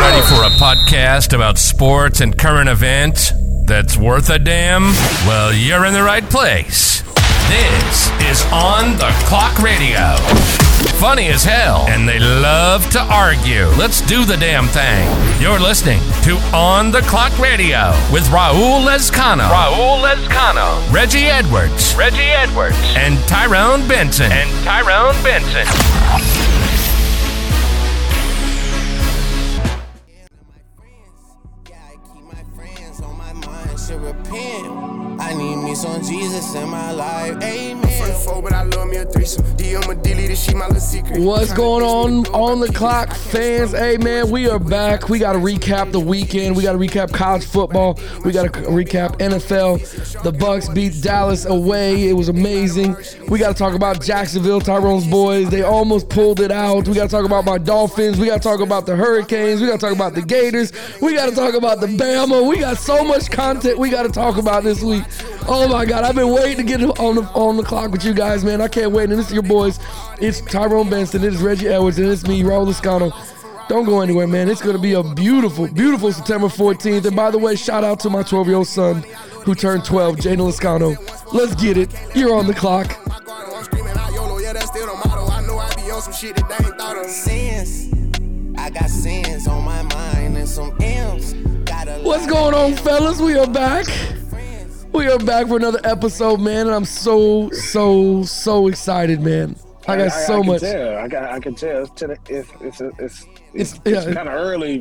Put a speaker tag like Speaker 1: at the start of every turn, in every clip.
Speaker 1: Ready for a podcast about sports and current events that's worth a damn? Well, you're in the right place. This is On the Clock Radio. Funny as hell, and they love to argue. Let's do the damn thing. You're listening to On the Clock Radio with Raul Lescano. Raul Lescano. Reggie Edwards. Reggie Edwards. And Tyrone Benson. And Tyrone Benson.
Speaker 2: Yeah, I keep my friends on my mind, should repent. I need me some Jesus in my life, amen.
Speaker 3: Four, but I love me a threesome. DM a dilly, this she my little secret.
Speaker 4: What's going on on the clock, fans? Hey, man, we are back. We got to recap the weekend. We got to recap college football. We got to recap NFL. The Bucks beat Dallas away. It was amazing. We got to talk about Jacksonville, Tyrone's boys. They almost pulled it out. We got to talk about my Dolphins. We got to talk about the Hurricanes. We got to talk about the Gators. We got to talk about the Bama. Oh, We got so much content we got to talk about this week. Oh my God, I've been waiting to get on the on the clock with you guys, man. I can't wait. And it's your boys. It's Tyrone Benson. It is Reggie Edwards, and it's me, Raul Escano. Don't go anywhere, man. It's gonna be a beautiful, beautiful September 14th. And by the way, shout out to my 12 year old son who turned 12, Jaden Escano. Let's get it. You're on the clock.
Speaker 3: My guard, I'm screaming out YOLO, yeah, that's still the motto. I know I be on some shit that they ain't thought of.
Speaker 2: Sins, I got sins on my mind and some M's. Got a
Speaker 4: What's
Speaker 2: lot
Speaker 4: going on,
Speaker 2: of
Speaker 4: fellas? We are back.
Speaker 2: friends.
Speaker 4: We are back for another episode, man. And I'm so, so, so excited, man. I got so
Speaker 5: can
Speaker 4: much.
Speaker 5: Tell. I got. I can tell. It's to the, it's, it's, it's, it's,
Speaker 4: It's- yeah.
Speaker 5: kind of early.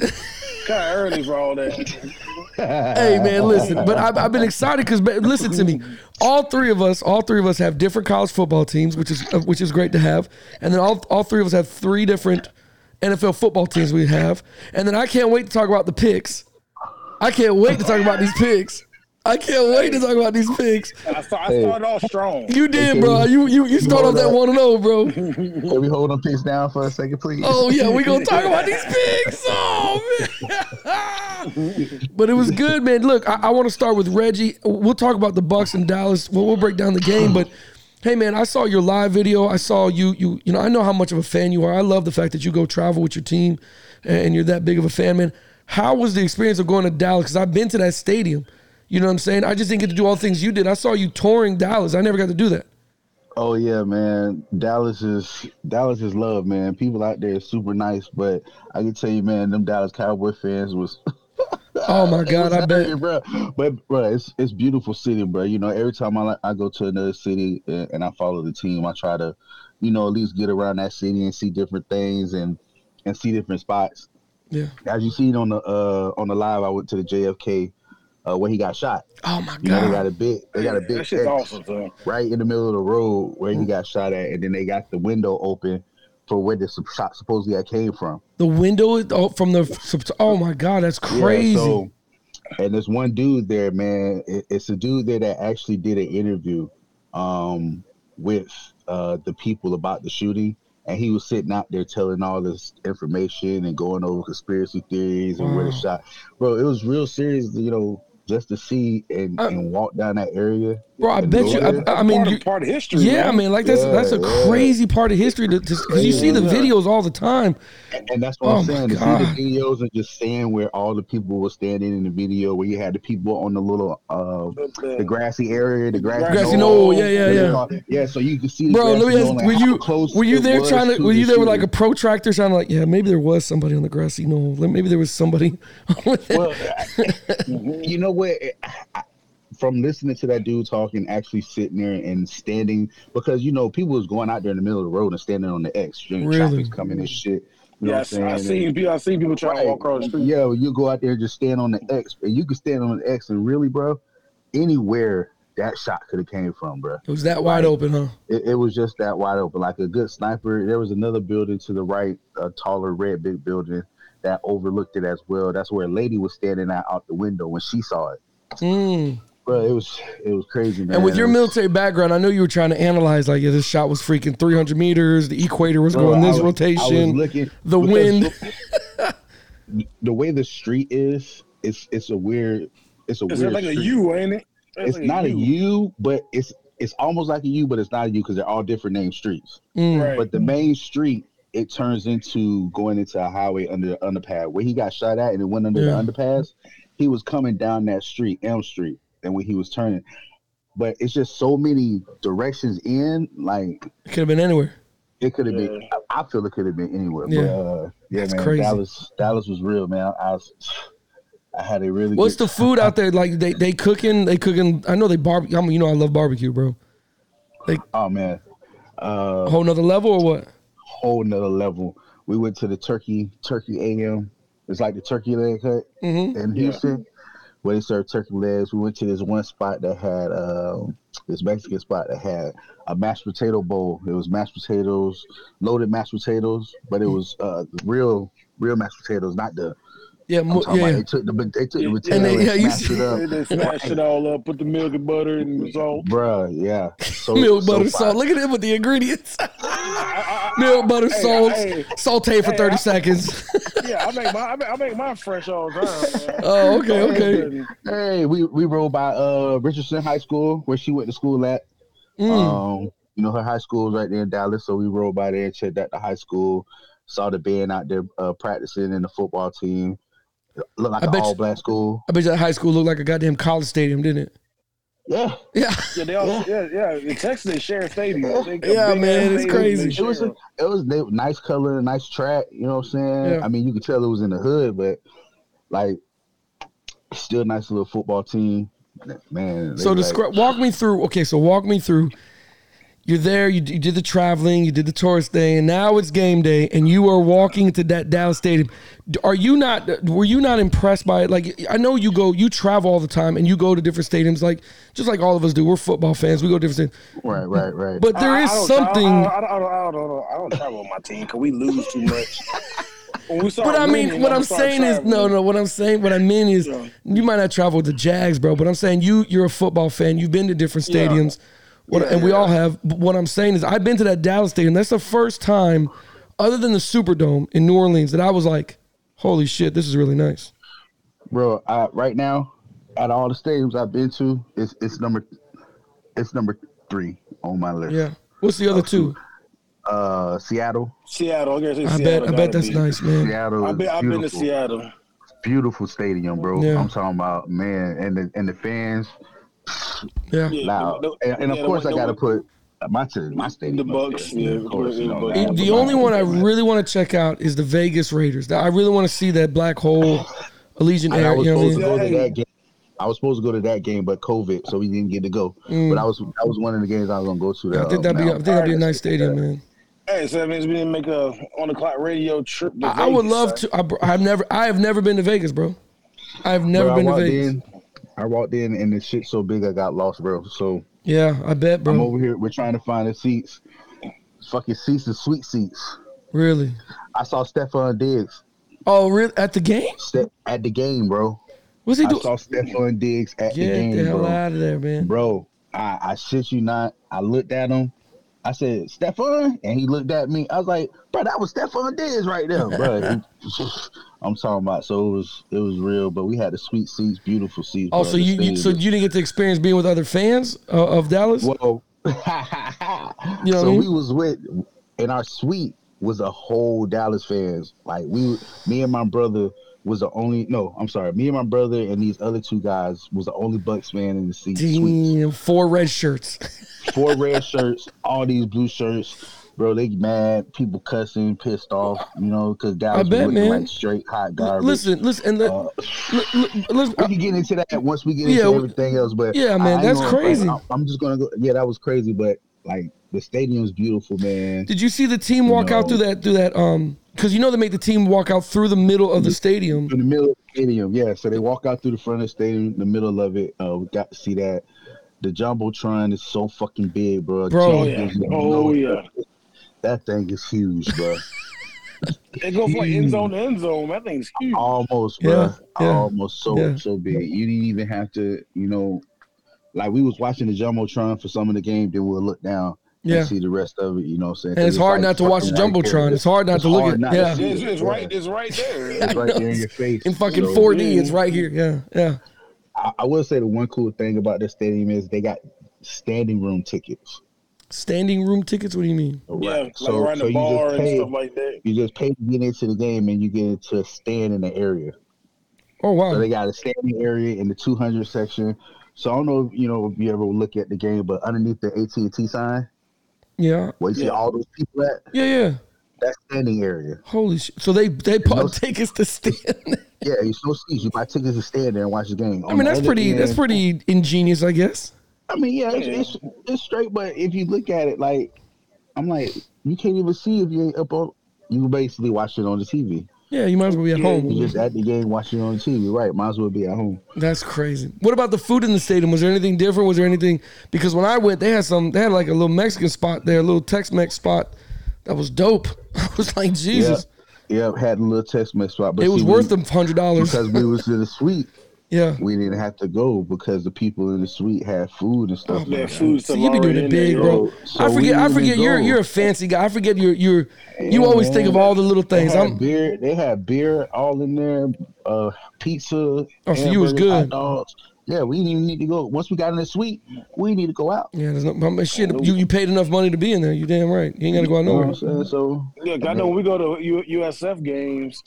Speaker 5: kind of early for all that.
Speaker 4: hey man, listen, but I've, I've been excited because listen to me. All three of us, all three of us have different college football teams, which is uh, which is great to have. And then all all three of us have three different NFL football teams we have. And then I can't wait to talk about the picks. I can't wait to talk about these picks. I can't wait to talk about these picks.
Speaker 5: I, start, I started off strong.
Speaker 4: You did, bro. You you you start off that one and oh, bro.
Speaker 6: Can we hold them picks down for a second, please?
Speaker 4: Oh yeah, we gonna talk about these picks. Oh man. but it was good, man. Look, I, I want to start with Reggie. We'll talk about the Bucks and Dallas. We'll, we'll break down the game, but. Hey man, I saw your live video. I saw you. You you know I know how much of a fan you are. I love the fact that you go travel with your team, and you're that big of a fan, man. How was the experience of going to Dallas? Because I've been to that stadium. You know what I'm saying? I just didn't get to do all the things you did. I saw you touring Dallas. I never got to do that.
Speaker 6: Oh yeah, man. Dallas is Dallas is love, man. People out there is super nice, but I can tell you, man, them Dallas Cowboy fans was. Uh,
Speaker 4: Oh my God, I bet.
Speaker 6: Hey, bro. But bro, it's it's beautiful city, bro. You know, every time I I go to another city and, and I follow the team, I try to, you know, at least get around that city and see different things and and see different spots.
Speaker 4: Yeah.
Speaker 6: As you seen on the uh on the live, I went to the JFK, uh, where he got shot.
Speaker 4: Oh my
Speaker 6: You know, they
Speaker 4: God.
Speaker 6: got a big, they got a big
Speaker 5: That shit's
Speaker 6: X
Speaker 5: awesome, son.
Speaker 6: right in the middle of the road where
Speaker 4: Mm-hmm.
Speaker 6: he got shot at, and then they got the window open for where the sup- shot supposedly had came from.
Speaker 4: The window is- oh, from the. Oh my God, that's
Speaker 6: Yeah,
Speaker 4: crazy.
Speaker 6: so- and this one dude there, man, it- it's a dude there that actually did an interview um, with uh, the people about the shooting. And he was sitting out there telling all this information and going over conspiracy theories and where the
Speaker 4: Wow.
Speaker 6: shot. Bro, it was real serious, you know, just to see and,
Speaker 4: Uh,
Speaker 6: and walk down that area.
Speaker 4: Bro, I
Speaker 6: and
Speaker 4: bet
Speaker 6: go
Speaker 4: you.
Speaker 6: there.
Speaker 4: I, I
Speaker 5: That's
Speaker 4: mean,
Speaker 5: part, of-
Speaker 4: you,
Speaker 5: part of history.
Speaker 4: yeah, I
Speaker 5: man.
Speaker 4: mean, like that's that's a
Speaker 6: Yeah, yeah.
Speaker 4: crazy part of history to because you see the
Speaker 5: Yeah.
Speaker 4: videos all the time.
Speaker 6: And, and that's what
Speaker 4: Oh, my
Speaker 6: I'm saying. To
Speaker 4: God.
Speaker 6: see the videos and just seeing where all the people were standing in the video, where you had the people on the little uh
Speaker 5: The-
Speaker 6: the grassy area, the grassy,
Speaker 4: Grassy knoll,
Speaker 6: knoll,
Speaker 4: yeah, yeah, yeah.
Speaker 6: yeah. So you can see, the
Speaker 4: Bro,
Speaker 6: grassy
Speaker 4: let me
Speaker 6: knoll
Speaker 4: ask.
Speaker 6: and
Speaker 4: Were
Speaker 6: how
Speaker 4: you
Speaker 6: close
Speaker 4: were you
Speaker 6: it
Speaker 4: there
Speaker 6: was
Speaker 4: trying to? Were
Speaker 6: the
Speaker 4: you there with like a
Speaker 6: shooting.
Speaker 4: protractor? Sounding like yeah, maybe there was somebody on the grassy knoll. Like, Maybe there was somebody.
Speaker 6: Well, you know what? I- From listening to that dude talking, actually sitting there and standing, because you know people was going out there in the middle of the road and standing on the X, you know,
Speaker 4: Really?
Speaker 6: traffic's coming and shit. You know
Speaker 5: Yes,
Speaker 6: what I'm
Speaker 5: I
Speaker 6: saying?
Speaker 5: seen people. I seen people trying to walk across the street.
Speaker 6: Yeah, well, you go out there and just stand on the X, but you can stand on the X and really, bro, anywhere that shot could have came from, bro.
Speaker 4: it was that wide open, huh?
Speaker 6: It, it was just that wide open, like a good sniper. There was another building to the right, a taller red big building that overlooked it as well. That's where a lady was standing out out the window when she saw it.
Speaker 4: Mm.
Speaker 6: Bro, it was it was crazy, man.
Speaker 4: And with your
Speaker 6: It was-
Speaker 4: military background, I know you were trying to analyze like, yeah, this shot was freaking 300 meters. The equator was
Speaker 6: Bro,
Speaker 4: going
Speaker 6: I
Speaker 4: this
Speaker 6: was- I was
Speaker 4: rotation.
Speaker 6: looking-
Speaker 4: the
Speaker 6: because
Speaker 4: wind.
Speaker 6: the way the street is, it's it's a weird, it's a
Speaker 5: It's
Speaker 6: weird.
Speaker 5: like a
Speaker 6: street.
Speaker 5: U, ain't it? That's
Speaker 6: it's
Speaker 5: like
Speaker 6: not a U, but it's it's almost like a U, but it's not a U because they're all different named streets.
Speaker 4: Mm.
Speaker 5: Right.
Speaker 6: But the main street it turns into going into a highway under the underpass where he got shot at and it went under
Speaker 4: Yeah.
Speaker 6: the underpass. He was coming down that street, M Street, and when he was turning, but it's just so many directions in. Like
Speaker 4: It could have been anywhere.
Speaker 6: it could have been. I I feel it could have been anywhere.
Speaker 4: Yeah.
Speaker 6: But, uh, yeah,
Speaker 4: That's
Speaker 6: man.
Speaker 4: crazy.
Speaker 6: Dallas, Dallas was real, man. I, was, I had a really.
Speaker 4: What's
Speaker 6: good,
Speaker 4: the food out there? Like they they cooking? They cooking? I know they barbecue. I mean, you know, I love barbecue, bro.
Speaker 6: Oh man,
Speaker 4: A whole nother level or what?
Speaker 6: whole nother level. We went to the Turkey Turkey AM. It's like the turkey leg hut
Speaker 4: Mm-hmm.
Speaker 6: in Houston, where they serve turkey legs. We went to this one spot that had um this Mexican spot that had a mashed potato bowl. It was mashed potatoes, loaded mashed potatoes, but it
Speaker 4: Mm.
Speaker 6: was uh, real real mashed potatoes, not the.
Speaker 4: Yeah, mo-
Speaker 6: I'm talking
Speaker 4: yeah.
Speaker 6: about they took the they took the
Speaker 5: And
Speaker 6: potato and,
Speaker 4: they- yeah, you
Speaker 6: smashed
Speaker 4: see-
Speaker 6: it up.
Speaker 5: They just smash it all up, put the milk and butter and salt.
Speaker 6: Bruh, yeah. So,
Speaker 4: Milk, butter,
Speaker 6: so
Speaker 4: salt. Look at him with the ingredients. Milk, butter, salt,
Speaker 5: hey.
Speaker 4: saute for
Speaker 5: Hey,
Speaker 4: thirty
Speaker 5: I-
Speaker 4: seconds.
Speaker 5: Yeah, I make my I make, I make mine fresh all the time. man.
Speaker 4: oh, okay, okay.
Speaker 6: Hey, we we rode by uh Richardson High School where she went to school at.
Speaker 4: Hmm. Mm.
Speaker 6: Um, you know her high school is right there in Dallas, so we rode by there, checked out the high school, saw the band out there uh, practicing and the football team. Looked like
Speaker 4: I
Speaker 6: an
Speaker 4: bet you-
Speaker 6: all black school.
Speaker 4: I bet you that high school looked like a goddamn college stadium, didn't it?
Speaker 6: Yeah,
Speaker 4: Yeah,
Speaker 5: Yeah, they all, yeah, yeah. In Texas, they share stadiums. They got
Speaker 4: Yeah,
Speaker 5: big-ass
Speaker 4: man, it's
Speaker 5: stadiums, they
Speaker 4: crazy.
Speaker 6: it
Speaker 5: share
Speaker 6: was a,
Speaker 5: them.
Speaker 6: it was na- nice color, nice track. You know what I'm saying?
Speaker 4: Yeah.
Speaker 6: I mean, you could tell it was in the hood, but like still nice little football team. Man, they
Speaker 4: So
Speaker 6: like-
Speaker 4: describe. Walk me through. Okay, so walk me through. You're there. You, you did the traveling. You did the tourist day, and now it's game day, and you are walking to that Dallas Stadium. D- Are you not? uh, Were you not impressed by it? Like I know you go, you travel all the time, and you go to different stadiums, like just like all of us do. We're football fans. We go to different stadiums,
Speaker 6: right, right, right.
Speaker 4: but there
Speaker 5: I-
Speaker 4: is
Speaker 5: I don't tra-
Speaker 4: something.
Speaker 5: I, I, I, don't- I, don't, I, don't, I don't travel with my team because we lose too much. When we start
Speaker 4: But I mean,
Speaker 5: winning,
Speaker 4: what I'm
Speaker 5: start
Speaker 4: saying is, no,
Speaker 5: traveling.
Speaker 4: no. What I'm saying, what I mean is,
Speaker 5: Yeah.
Speaker 4: you might not travel with the Jags, bro. But I'm saying you, you're a football fan. You've been to different
Speaker 5: Yeah.
Speaker 4: stadiums, what, and we all have. But what I'm saying is, I've been to that Dallas stadium. That's the first time, other than the Superdome in New Orleans, that I was like, "Holy shit, this is really nice."
Speaker 6: bro. I, right now, out of all the stadiums I've been to, it's it's number it's number three on my list.
Speaker 4: Yeah. What's the other two?
Speaker 6: Uh, Seattle,
Speaker 5: Seattle. I, guess it's
Speaker 4: I bet.
Speaker 5: Seattle
Speaker 4: I bet
Speaker 5: gotta
Speaker 4: that's
Speaker 5: be.
Speaker 4: nice, man.
Speaker 6: Seattle.
Speaker 5: I've
Speaker 6: is
Speaker 5: been, I've been to
Speaker 6: beautiful.
Speaker 5: Seattle.
Speaker 6: Beautiful stadium, bro.
Speaker 4: Yeah.
Speaker 6: I'm talking about man, and the and the fans
Speaker 4: Yeah.
Speaker 5: Yeah,
Speaker 6: loud.
Speaker 5: the-
Speaker 6: and, and
Speaker 5: yeah,
Speaker 6: of
Speaker 5: the
Speaker 6: course,
Speaker 5: one-
Speaker 6: I gotta
Speaker 5: the
Speaker 6: put my t- my stadium.
Speaker 5: The
Speaker 6: up
Speaker 5: Bucks,
Speaker 6: there.
Speaker 5: yeah,
Speaker 6: of course, you
Speaker 5: the
Speaker 6: know,
Speaker 5: Bucks.
Speaker 6: gotta
Speaker 4: The-
Speaker 6: have
Speaker 4: the
Speaker 6: Bucks.
Speaker 4: only one I really want to check out is the Vegas Raiders. I really want to see that black hole, Allegiant
Speaker 6: And I
Speaker 4: Air.
Speaker 6: was
Speaker 4: You know what I
Speaker 6: supposed to
Speaker 4: mean?
Speaker 6: go to
Speaker 5: Hey.
Speaker 6: that game. I was supposed to go to that game, but COVID, so we didn't get to go. But I was that was one of the games I was gonna go to.
Speaker 4: Mm. I
Speaker 6: that,
Speaker 4: think
Speaker 6: uh,
Speaker 4: that'd be. I
Speaker 6: now.
Speaker 4: think that'd be a nice stadium, man.
Speaker 5: Hey, so that means we didn't make a on the clock radio trip. To
Speaker 4: I, I would
Speaker 5: Vegas,
Speaker 4: love
Speaker 5: son.
Speaker 4: to. I, br- I've never. I have never been to Vegas, bro. I've never
Speaker 6: Bro, I
Speaker 4: been to
Speaker 6: walked
Speaker 4: Vegas.
Speaker 6: in- I walked in and the shit so big I got lost, bro. So
Speaker 4: Yeah, I bet,
Speaker 6: I'm
Speaker 4: bro.
Speaker 6: over here. We're trying to find the seats. Fucking seats is sweet seats.
Speaker 4: Really?
Speaker 6: I saw Stephon Diggs
Speaker 4: Oh, really? At the game?
Speaker 6: step at the game, bro.
Speaker 4: Was he
Speaker 6: I
Speaker 4: doing?
Speaker 6: saw Stephon Diggs at the
Speaker 4: Get
Speaker 6: game,
Speaker 4: the hell
Speaker 6: bro.
Speaker 4: out of there, man.
Speaker 6: Bro, I, I shit you not. I looked at him. I said, Stephon? And he looked at me. I was like, bro, that was Stephon Diggs right there, bro. I'm talking about. So it was it was real, but we had the sweet seats, beautiful seats.
Speaker 4: Oh,
Speaker 6: bro.
Speaker 4: so
Speaker 6: The
Speaker 4: you, you
Speaker 6: stadium
Speaker 4: so
Speaker 6: was
Speaker 4: you didn't get to experience being with other fans uh, of Dallas?
Speaker 6: Whoa.
Speaker 4: You know what I
Speaker 6: so
Speaker 4: mean?
Speaker 6: we was with in our suite was a whole Dallas fans. Like we me and my brother was the only no, I'm sorry, me and my brother and these other two guys was the only Bucks fan in the seat. suite.
Speaker 4: Damn, four red shirts.
Speaker 6: Four red shirts, all these blue shirts. Bro, they mad, people cussing, pissed off, you know, because Dallas was
Speaker 4: bet,
Speaker 6: looking
Speaker 4: man.
Speaker 6: like straight hot garbage.
Speaker 4: listen, listen, and let,
Speaker 6: Uh,
Speaker 4: let, let, let's- uh,
Speaker 6: we can get into that once we get into
Speaker 4: Yeah, we-
Speaker 6: everything else. But
Speaker 4: Yeah, man,
Speaker 6: ain't
Speaker 4: that's
Speaker 6: gonna-
Speaker 4: crazy.
Speaker 6: I, am just gonna go. Yeah, that was crazy, but like the stadium's beautiful, man.
Speaker 4: Did you see the team walk out
Speaker 6: No.
Speaker 4: through that through that um? Because you know they make the team walk out through the middle of the stadium.
Speaker 6: In the middle of the stadium, yeah. So they walk out through the front of the stadium, the middle of it. Uh, we got to see that. The jumbotron is so fucking big, bro.
Speaker 4: Bro.
Speaker 5: Oh
Speaker 6: Can't
Speaker 5: yeah.
Speaker 6: give you
Speaker 5: Oh
Speaker 6: no-
Speaker 5: yeah.
Speaker 6: that thing is huge, bro.
Speaker 5: It goes from like end zone to end zone. That thing's huge.
Speaker 6: Almost,
Speaker 4: Yeah,
Speaker 6: bro.
Speaker 4: yeah,
Speaker 6: Almost so
Speaker 4: yeah.
Speaker 6: so big. You didn't even have to, you know, like we was watching the jumbotron for some of the game. Then we'll look down
Speaker 4: Yeah.
Speaker 6: and see the rest of it. You know, what I'm saying
Speaker 4: And it's hard not to watch the jumbotron. It's hard not to look at. Yeah,
Speaker 5: It's, it's right. It's right there.
Speaker 6: It's right there in your face.
Speaker 4: in fucking
Speaker 6: So,
Speaker 4: 4D. It's right here. Yeah, yeah.
Speaker 6: I, I will say the one cool thing about this stadium is they got standing room tickets.
Speaker 4: Standing room tickets? What do you mean?
Speaker 6: Right.
Speaker 5: Yeah, like
Speaker 6: so
Speaker 5: around
Speaker 6: so
Speaker 5: the
Speaker 6: you just
Speaker 5: bar and
Speaker 6: pay
Speaker 5: stuff like that.
Speaker 6: you just pay to get into the game and you get into a stand in the area.
Speaker 4: Oh wow.
Speaker 6: So they got a standing area in the 200 section. So I don't know, if, you know, if you ever look at the game, but underneath the AT and T sign,
Speaker 4: yeah.
Speaker 6: where you see
Speaker 5: Yeah.
Speaker 6: all those people at,
Speaker 4: Yeah, yeah.
Speaker 6: that standing area.
Speaker 4: Holy shit. So they they
Speaker 6: No-
Speaker 4: bought tickets to stand.
Speaker 6: Yeah, it's no seats. You buy tickets to stand there and watch the game.
Speaker 4: I mean, that's pretty that's pretty ingenious, I guess.
Speaker 6: I mean, yeah, it's, it's it's straight. But if you look at it, like, I'm like, you can't even see if you ain't up on. You basically watch it on the TV.
Speaker 4: Yeah, you might as well be at
Speaker 6: You
Speaker 4: home.
Speaker 6: just at the game watching it on the TV, right? Might as well be at home.
Speaker 4: That's crazy. What about the food in the stadium? Was there anything different? Was there anything because when I went, they had some they had like a little Mexican spot there, a little Tex Mex spot that was dope. I was like, Jesus,
Speaker 6: Yeah, yeah, had a little text message spot, but
Speaker 4: it was
Speaker 6: see,
Speaker 4: worth
Speaker 6: we-
Speaker 4: them hundred dollars.
Speaker 6: because we was in the suite.
Speaker 4: Yeah.
Speaker 6: We didn't have to go because the people in the suite had food and stuff.
Speaker 5: That
Speaker 6: like that.
Speaker 5: food
Speaker 4: So
Speaker 5: stuff
Speaker 4: you be doing
Speaker 5: already
Speaker 4: it
Speaker 5: in there,
Speaker 4: big, bro.
Speaker 6: yo. So
Speaker 4: I
Speaker 6: we
Speaker 4: forget. I
Speaker 6: didn't
Speaker 4: forget.
Speaker 6: even
Speaker 4: You're
Speaker 6: go.
Speaker 4: you're a fancy guy. I forget. You're you're you
Speaker 6: Yeah, Oh,
Speaker 4: always
Speaker 6: man.
Speaker 4: think of all the little
Speaker 6: They
Speaker 4: things.
Speaker 6: had
Speaker 4: I'm
Speaker 6: beer. They had beer all in there. Uh, pizza.
Speaker 4: Oh, so you was
Speaker 6: hamburgers,
Speaker 4: good.
Speaker 6: hot dogs. Yeah, we didn't even need to go. Once we got in the suite, we need to go out.
Speaker 4: yeah. There's no I mean, shit. You, you paid enough money to be in there. You damn right. You ain't gotta go out
Speaker 6: You know what
Speaker 4: nowhere.
Speaker 6: I'm saying? So
Speaker 5: Look, I know when we go to U- USF games.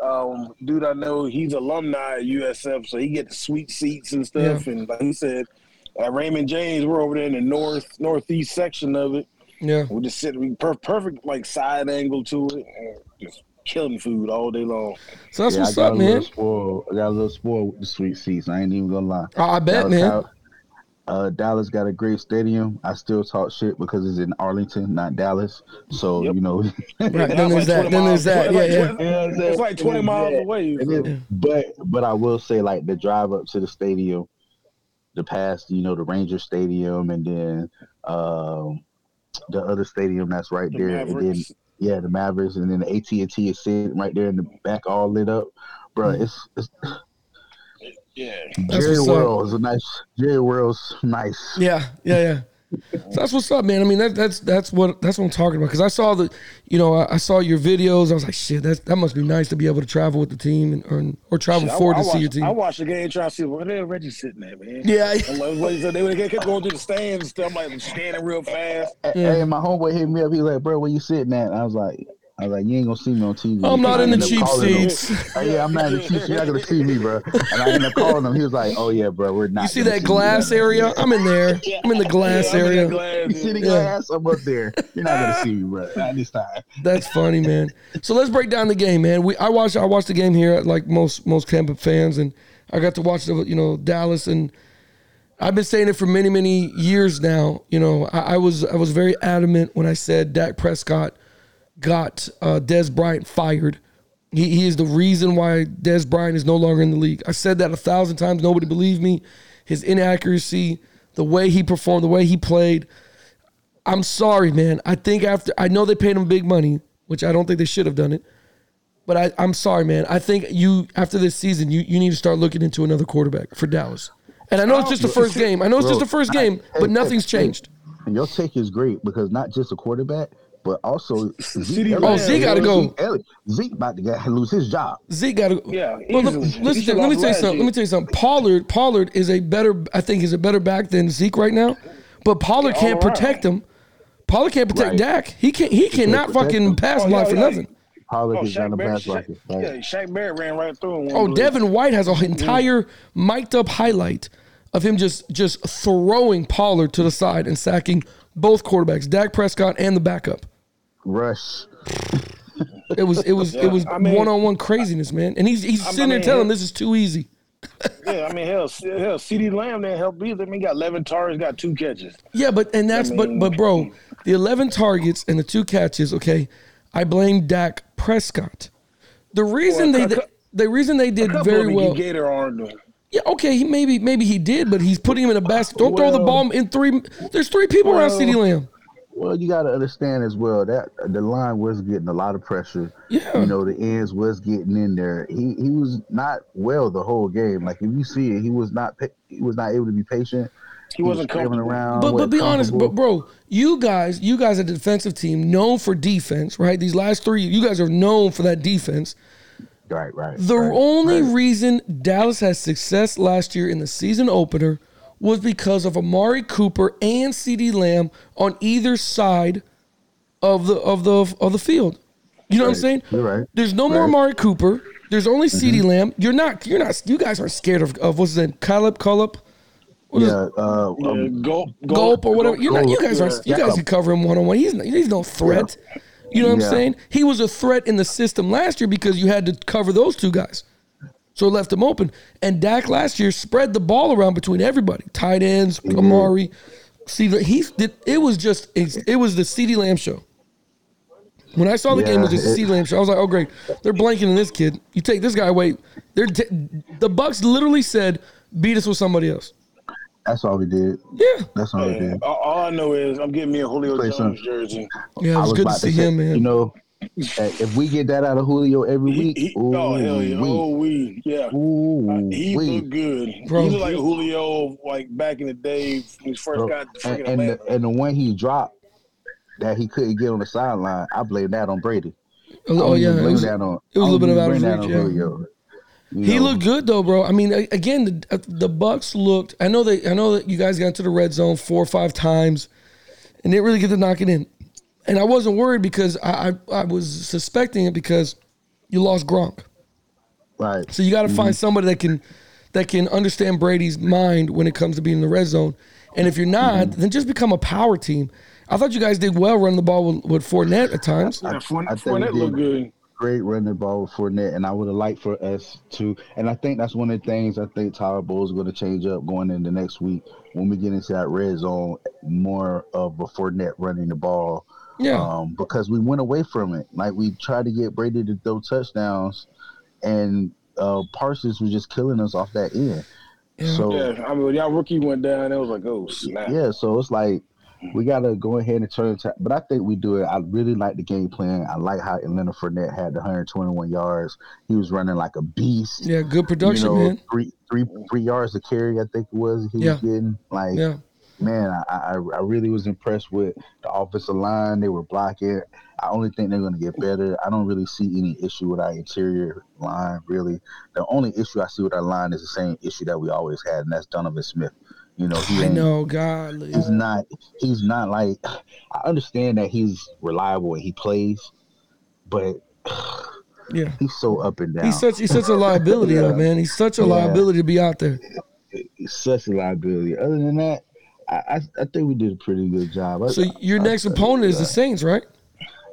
Speaker 5: Um, dude, I know he's alumni at USF, so he get the sweet seats and stuff. And like he said, at Raymond James, we're over there in the north northeast section of it.
Speaker 4: Yeah.
Speaker 5: We just sit, we per- perfect like side angle to it, and just killing food all day long.
Speaker 4: So that's
Speaker 6: yeah,
Speaker 4: what's
Speaker 6: I got
Speaker 4: up,
Speaker 6: a
Speaker 4: man.
Speaker 6: little spoiled. I got a little spoiled with the sweet seats. I ain't even gonna lie.
Speaker 4: I I bet,
Speaker 6: Dallas
Speaker 4: man.
Speaker 6: got- uh, Dallas got a great stadium. I still talk shit because it's in Arlington, not Dallas. So
Speaker 5: Yep.
Speaker 6: you know,
Speaker 4: Right.
Speaker 5: That's
Speaker 4: Then there's that. Then
Speaker 5: 20
Speaker 4: there's
Speaker 5: miles-
Speaker 4: that. Yeah,
Speaker 5: like
Speaker 4: yeah.
Speaker 5: 20 It's like 20 miles away.
Speaker 6: It
Speaker 5: so-
Speaker 6: is. But but I will say like the drive up to the stadium, the past you know the Ranger Stadium and then um, the other stadium that's right
Speaker 5: The
Speaker 6: there and then
Speaker 5: Mavericks.
Speaker 6: yeah the Mavericks and then the AT and T is sitting right there in the back all lit up, bro.
Speaker 5: Mm.
Speaker 6: It's, it's
Speaker 5: Yeah.
Speaker 4: That's
Speaker 6: Jerry
Speaker 4: what's up.
Speaker 6: World's a nice Jerry World's nice.
Speaker 4: Yeah, yeah, yeah. So that's what's up, man. I mean, that, that's that's what that's what I'm talking about. Because I saw the, you know, I, I saw your videos. I was like, shit, that's, that must be nice to be able to travel with the team and or, or travel
Speaker 5: I-
Speaker 4: forward
Speaker 5: I
Speaker 4: to see
Speaker 5: watched-
Speaker 4: your team.
Speaker 5: I watched the game trying to see where they Reggie sitting at, man.
Speaker 4: yeah,
Speaker 5: I love what he said. They would kept going through the stands and stuff, like standing real fast.
Speaker 6: A-
Speaker 4: Yeah.
Speaker 6: Hey, my homeboy hit me up. He like, bro, where you sitting at? And I was like, I was like, you ain't gonna see me on TV.
Speaker 4: I'm not
Speaker 6: I
Speaker 4: in the
Speaker 6: ended up
Speaker 4: cheap
Speaker 6: calling him.
Speaker 4: seats.
Speaker 6: Uh, yeah, I'm not in the cheap seats. You're not gonna see me, bro. And I ended up calling him. He was like, oh yeah, bro, we're not.
Speaker 4: You see
Speaker 6: gonna
Speaker 4: that
Speaker 6: you,
Speaker 4: glass
Speaker 6: bro."
Speaker 4: area? I'm in there. I'm in the glass
Speaker 5: Yeah, I'm in that
Speaker 4: area.
Speaker 5: glass,
Speaker 6: You see the
Speaker 5: yeah.
Speaker 6: glass? I'm up there. You're not gonna see me, bro. Not this time.
Speaker 4: That's funny, man. So let's break down the game, man. We I watched I watched the game here like most most Tampa fans, and I got to watch the you know Dallas and I've been saying it for many many years now. You know I, I was I was very adamant when I said Dak Prescott got uh, Des Bryant fired. He, he is the reason why Des Bryant is no longer in the league. I said that a thousand times. Nobody believed me. His inaccuracy, the way he performed, the way he played. I'm sorry, man. I think after I know they paid him big money, which I don't think they should have done it. But I, I'm sorry, man. I think you after this season, you you need to start looking into another quarterback for Dallas. And I know it's just the first game. I know it's just the first
Speaker 6: Bro, I-
Speaker 4: game, but
Speaker 6: hey,
Speaker 4: nothing's
Speaker 6: hey, hey.
Speaker 4: changed.
Speaker 6: And your take is great because not just a quarterback, but also
Speaker 5: CD
Speaker 6: Elliott.
Speaker 5: Oh, Zeke
Speaker 4: gotta go.
Speaker 6: Zeke, Elliott. Zeke about to get, lose his job.
Speaker 4: Zeke got to.
Speaker 5: Yeah,
Speaker 4: Well, look,
Speaker 5: easily. He
Speaker 4: listen.
Speaker 5: should've
Speaker 4: Let me
Speaker 5: lost
Speaker 4: tell you
Speaker 5: last
Speaker 4: something.
Speaker 5: year.
Speaker 4: Let me tell you something. Pollard. Pollard is a better. I think is a better back than Zeke right now. But Pollard
Speaker 5: all
Speaker 4: can't
Speaker 5: around.
Speaker 4: protect him. Pollard can't protect
Speaker 6: Right.
Speaker 4: Dak. He can't. He cannot
Speaker 6: protect
Speaker 4: fucking
Speaker 6: him.
Speaker 4: pass
Speaker 5: Oh,
Speaker 4: block
Speaker 5: yeah,
Speaker 4: for
Speaker 5: yeah.
Speaker 4: nothing.
Speaker 6: Pollock
Speaker 5: Oh,
Speaker 6: is down
Speaker 5: Shaq
Speaker 6: the
Speaker 5: Barrett,
Speaker 6: pass
Speaker 5: Shaq,
Speaker 6: rocket.
Speaker 5: yeah, Shaq Barrett ran right through him.
Speaker 4: Oh, Devin White has an entire mic'd up highlight of him just just throwing Pollard to the side and sacking both quarterbacks, Dak Prescott and the backup.
Speaker 6: Rush.
Speaker 4: It was it was it was
Speaker 5: I mean-
Speaker 4: one on one craziness, man. And he's he's
Speaker 5: I
Speaker 4: sitting there
Speaker 5: mean,
Speaker 4: telling
Speaker 5: it-
Speaker 4: him this is too easy.
Speaker 5: Yeah, I mean, hell, C- hell, CD Lamb didn't help either. I mean, he got 11 targets, got two catches.
Speaker 4: Yeah, but and that's
Speaker 5: mean-
Speaker 4: but but bro, the eleven targets and the two catches. Okay, I blame Dak Prescott. The reason
Speaker 5: Well, a
Speaker 4: they
Speaker 5: cou-
Speaker 4: the reason they did
Speaker 5: Couple of
Speaker 4: very
Speaker 5: them
Speaker 4: well.
Speaker 5: You Gator armed him.
Speaker 4: Yeah, okay, he maybe maybe he did, but he's putting him in a basket. Don't throw the
Speaker 6: Well-
Speaker 4: ball in three. There's three people around
Speaker 6: Well-
Speaker 4: Ceedee Lamb.
Speaker 6: Well, you got to understand as well that uh, the line was getting a lot of pressure.
Speaker 4: Yeah.
Speaker 6: You know, the ends was getting in there. He he was not well the whole game. Like if you see it, he was not pa- he was not able to be patient.
Speaker 5: He wasn't
Speaker 6: scrambling
Speaker 5: comfortable.
Speaker 6: around.
Speaker 4: But but
Speaker 6: wasn't
Speaker 4: be honest, but
Speaker 6: comfortable.
Speaker 4: bro, you guys, you guys, a defensive team known for defense, right? These last three, you guys are known for that defense.
Speaker 6: right, right.
Speaker 4: The
Speaker 6: right,
Speaker 4: only
Speaker 6: right.
Speaker 4: reason Dallas had success last year in the season opener was because of Amari Cooper and CeeDee Lamb on either side of the of the of the field. You know what I'm saying?
Speaker 6: You're right.
Speaker 4: There's no more
Speaker 6: Right. Mm-hmm.
Speaker 4: Amari Cooper. There's only CeeDee Lamb. You're not you're not you guys are scared of, of what's his name? Caleb Cullip? What is-
Speaker 6: Yeah, uh, um,
Speaker 5: gulp, gulp,
Speaker 4: Gulp or whatever. You're not, you guys are you
Speaker 6: Yeah.
Speaker 4: guys can cover him one on one. He's not, he's no threat. You know what
Speaker 6: Yeah.
Speaker 4: I'm saying? He was a threat in the system last year because you had to cover those two guys. So it left him open. And Dak last year spread the ball around between everybody. Tight ends,
Speaker 6: Mm-hmm.
Speaker 4: Amari. See, he did, it was just it was the CeeDee Lamb show. When I saw the game with
Speaker 6: Yeah,
Speaker 4: just the
Speaker 6: it-
Speaker 4: CeeDee Lamb show, I was like, "Oh great, they're blanking on this kid." You take this guy away, they're t- the Bucks literally said, "Beat us with somebody else."
Speaker 6: that's all we did.
Speaker 4: Yeah,
Speaker 6: That's all we did.
Speaker 5: All, all I know is I'm getting me a Julio
Speaker 6: Play some.
Speaker 5: Jones jersey.
Speaker 4: yeah, it was, good to see him, man.
Speaker 6: You know, eh, if we get that out of Julio every
Speaker 5: He,
Speaker 6: week,
Speaker 5: he,
Speaker 6: ooh,
Speaker 5: oh hell yeah! Oh we yeah.
Speaker 4: uh,
Speaker 5: He looked
Speaker 6: we.
Speaker 5: good.
Speaker 4: Bro.
Speaker 5: He looked like Julio, like back in the day when he first got to
Speaker 6: And,
Speaker 5: freaking
Speaker 6: and,
Speaker 5: Atlanta.
Speaker 6: the, and the one he dropped that he couldn't get on the sideline, I blame that on Brady. I
Speaker 4: Oh
Speaker 6: don't
Speaker 4: yeah,
Speaker 6: even
Speaker 4: it
Speaker 6: blame
Speaker 4: was,
Speaker 6: that on-
Speaker 4: it was a
Speaker 6: I
Speaker 4: little
Speaker 6: don't
Speaker 4: bit of
Speaker 6: even
Speaker 4: out of
Speaker 6: blame that
Speaker 4: reach,
Speaker 6: on
Speaker 4: yeah.
Speaker 6: Julio. You
Speaker 4: He
Speaker 6: know,
Speaker 4: looked good though, bro. I mean, a- again, the, uh, the Bucks looked. I know that I know that you guys got into the red zone four or five times, and didn't really get to knock it in. And I wasn't worried because I I, I was suspecting it because you lost Gronk,
Speaker 6: right.
Speaker 4: so you got to
Speaker 6: Mm-hmm.
Speaker 4: find somebody that can that can understand Brady's mind when it comes to being in the red zone. And if you're not,
Speaker 6: Mm-hmm.
Speaker 4: then just become a power team. I thought you guys did well running the ball with, with Fournette at times.
Speaker 5: Yeah, Fournette,
Speaker 6: I think
Speaker 5: Fournette
Speaker 6: we
Speaker 5: looked
Speaker 6: did.
Speaker 5: good.
Speaker 6: great running ball for Fournette, and I would have liked for us to. And I think that's one of the things I think Tyler Bowles is going to change up going into next week when we get into that red zone more of a Fournette running the ball
Speaker 4: Yeah,
Speaker 6: um, because we went away from it. Like we tried to get Brady to throw touchdowns, and uh, Parsons was just killing us off that end.
Speaker 4: Yeah.
Speaker 6: So
Speaker 5: Yeah, I mean, when y'all rookie went down, it was like, oh snap.
Speaker 6: yeah, so it's like we gotta go ahead and turn. T- but I think we do it. I really like the game plan. I like how Atlanta Fournette had the 121 yards. He was running like a beast.
Speaker 4: yeah, good production,
Speaker 6: you know,
Speaker 4: man.
Speaker 6: three three three yards to carry. I think it was he
Speaker 4: Yeah.
Speaker 6: was getting like
Speaker 4: Yeah.
Speaker 6: man. I, I I really was impressed with the offensive line. They were blocking. I only think they're gonna get better. I don't really see any issue with our interior line. Really, the only issue I see with our line is the same issue that we always had, and that's Donovan Smith. You know, he
Speaker 4: I
Speaker 6: ain't-
Speaker 4: know, golly.
Speaker 6: he's not he's not like I understand that he's reliable and he plays, but
Speaker 4: Yeah.
Speaker 6: he's so up and down.
Speaker 4: He's such he's such a liability though, man. He's such a
Speaker 6: Yeah.
Speaker 4: liability to be out there.
Speaker 6: He's such a liability. Other than that, I, I, I think we did a pretty good job. I-
Speaker 4: So your next opponent is the Saints, right?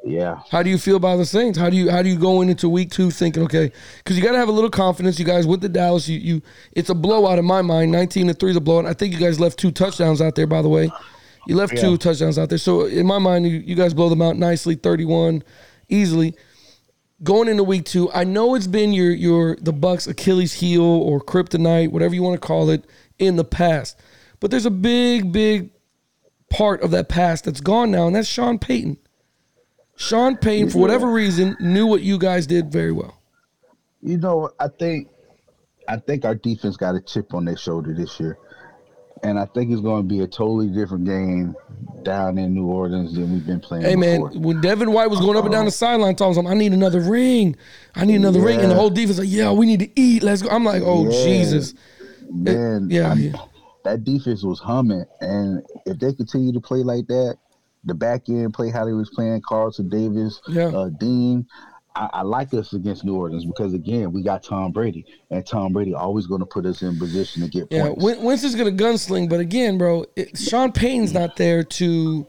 Speaker 6: yeah,
Speaker 4: How do you feel about the Saints? How do you how do you go into week two thinking okay? Because you got to have a little confidence. You guys with the Dallas, you you it's a blowout in my mind. Nineteen to three is a blowout. I think you guys left two touchdowns out there. By the way, you left two
Speaker 6: Yeah.
Speaker 4: touchdowns out there. So in my mind, you, you guys blow them out nicely, thirty-one, easily. Going into week two, I know it's been your your the Bucks Achilles heel or kryptonite, whatever you want to call it, in the past. But there's a big big part of that past that's gone now, and that's Sean Payton. Sean Payton, for whatever reason, knew what you guys did very well.
Speaker 6: you know I think I think our defense got a chip on their shoulder this year, and I think it's going to be a totally different game down in New Orleans than we've been playing.
Speaker 4: Hey man,
Speaker 6: before.
Speaker 4: when Devin White was going up and down the sideline, talking something, I need another ring. I need another ring. And the
Speaker 6: Yeah.
Speaker 4: whole defense like, yeah, we need to eat. Let's go. I'm like, oh
Speaker 6: Yeah.
Speaker 4: Jesus.
Speaker 6: man,
Speaker 4: yeah,
Speaker 6: I'm-
Speaker 4: yeah.
Speaker 6: that defense was humming, and if they continue to play like that, the back end play how they was playing, Carlton Davis,
Speaker 4: Yeah.
Speaker 6: uh, Dean. I, I like us against New Orleans because again we got Tom Brady, and Tom Brady always going to put us in position to get
Speaker 4: Yeah,
Speaker 6: points.
Speaker 4: Win- Winston's gonna gunsling, but again, bro, it, Sean Payton's not there to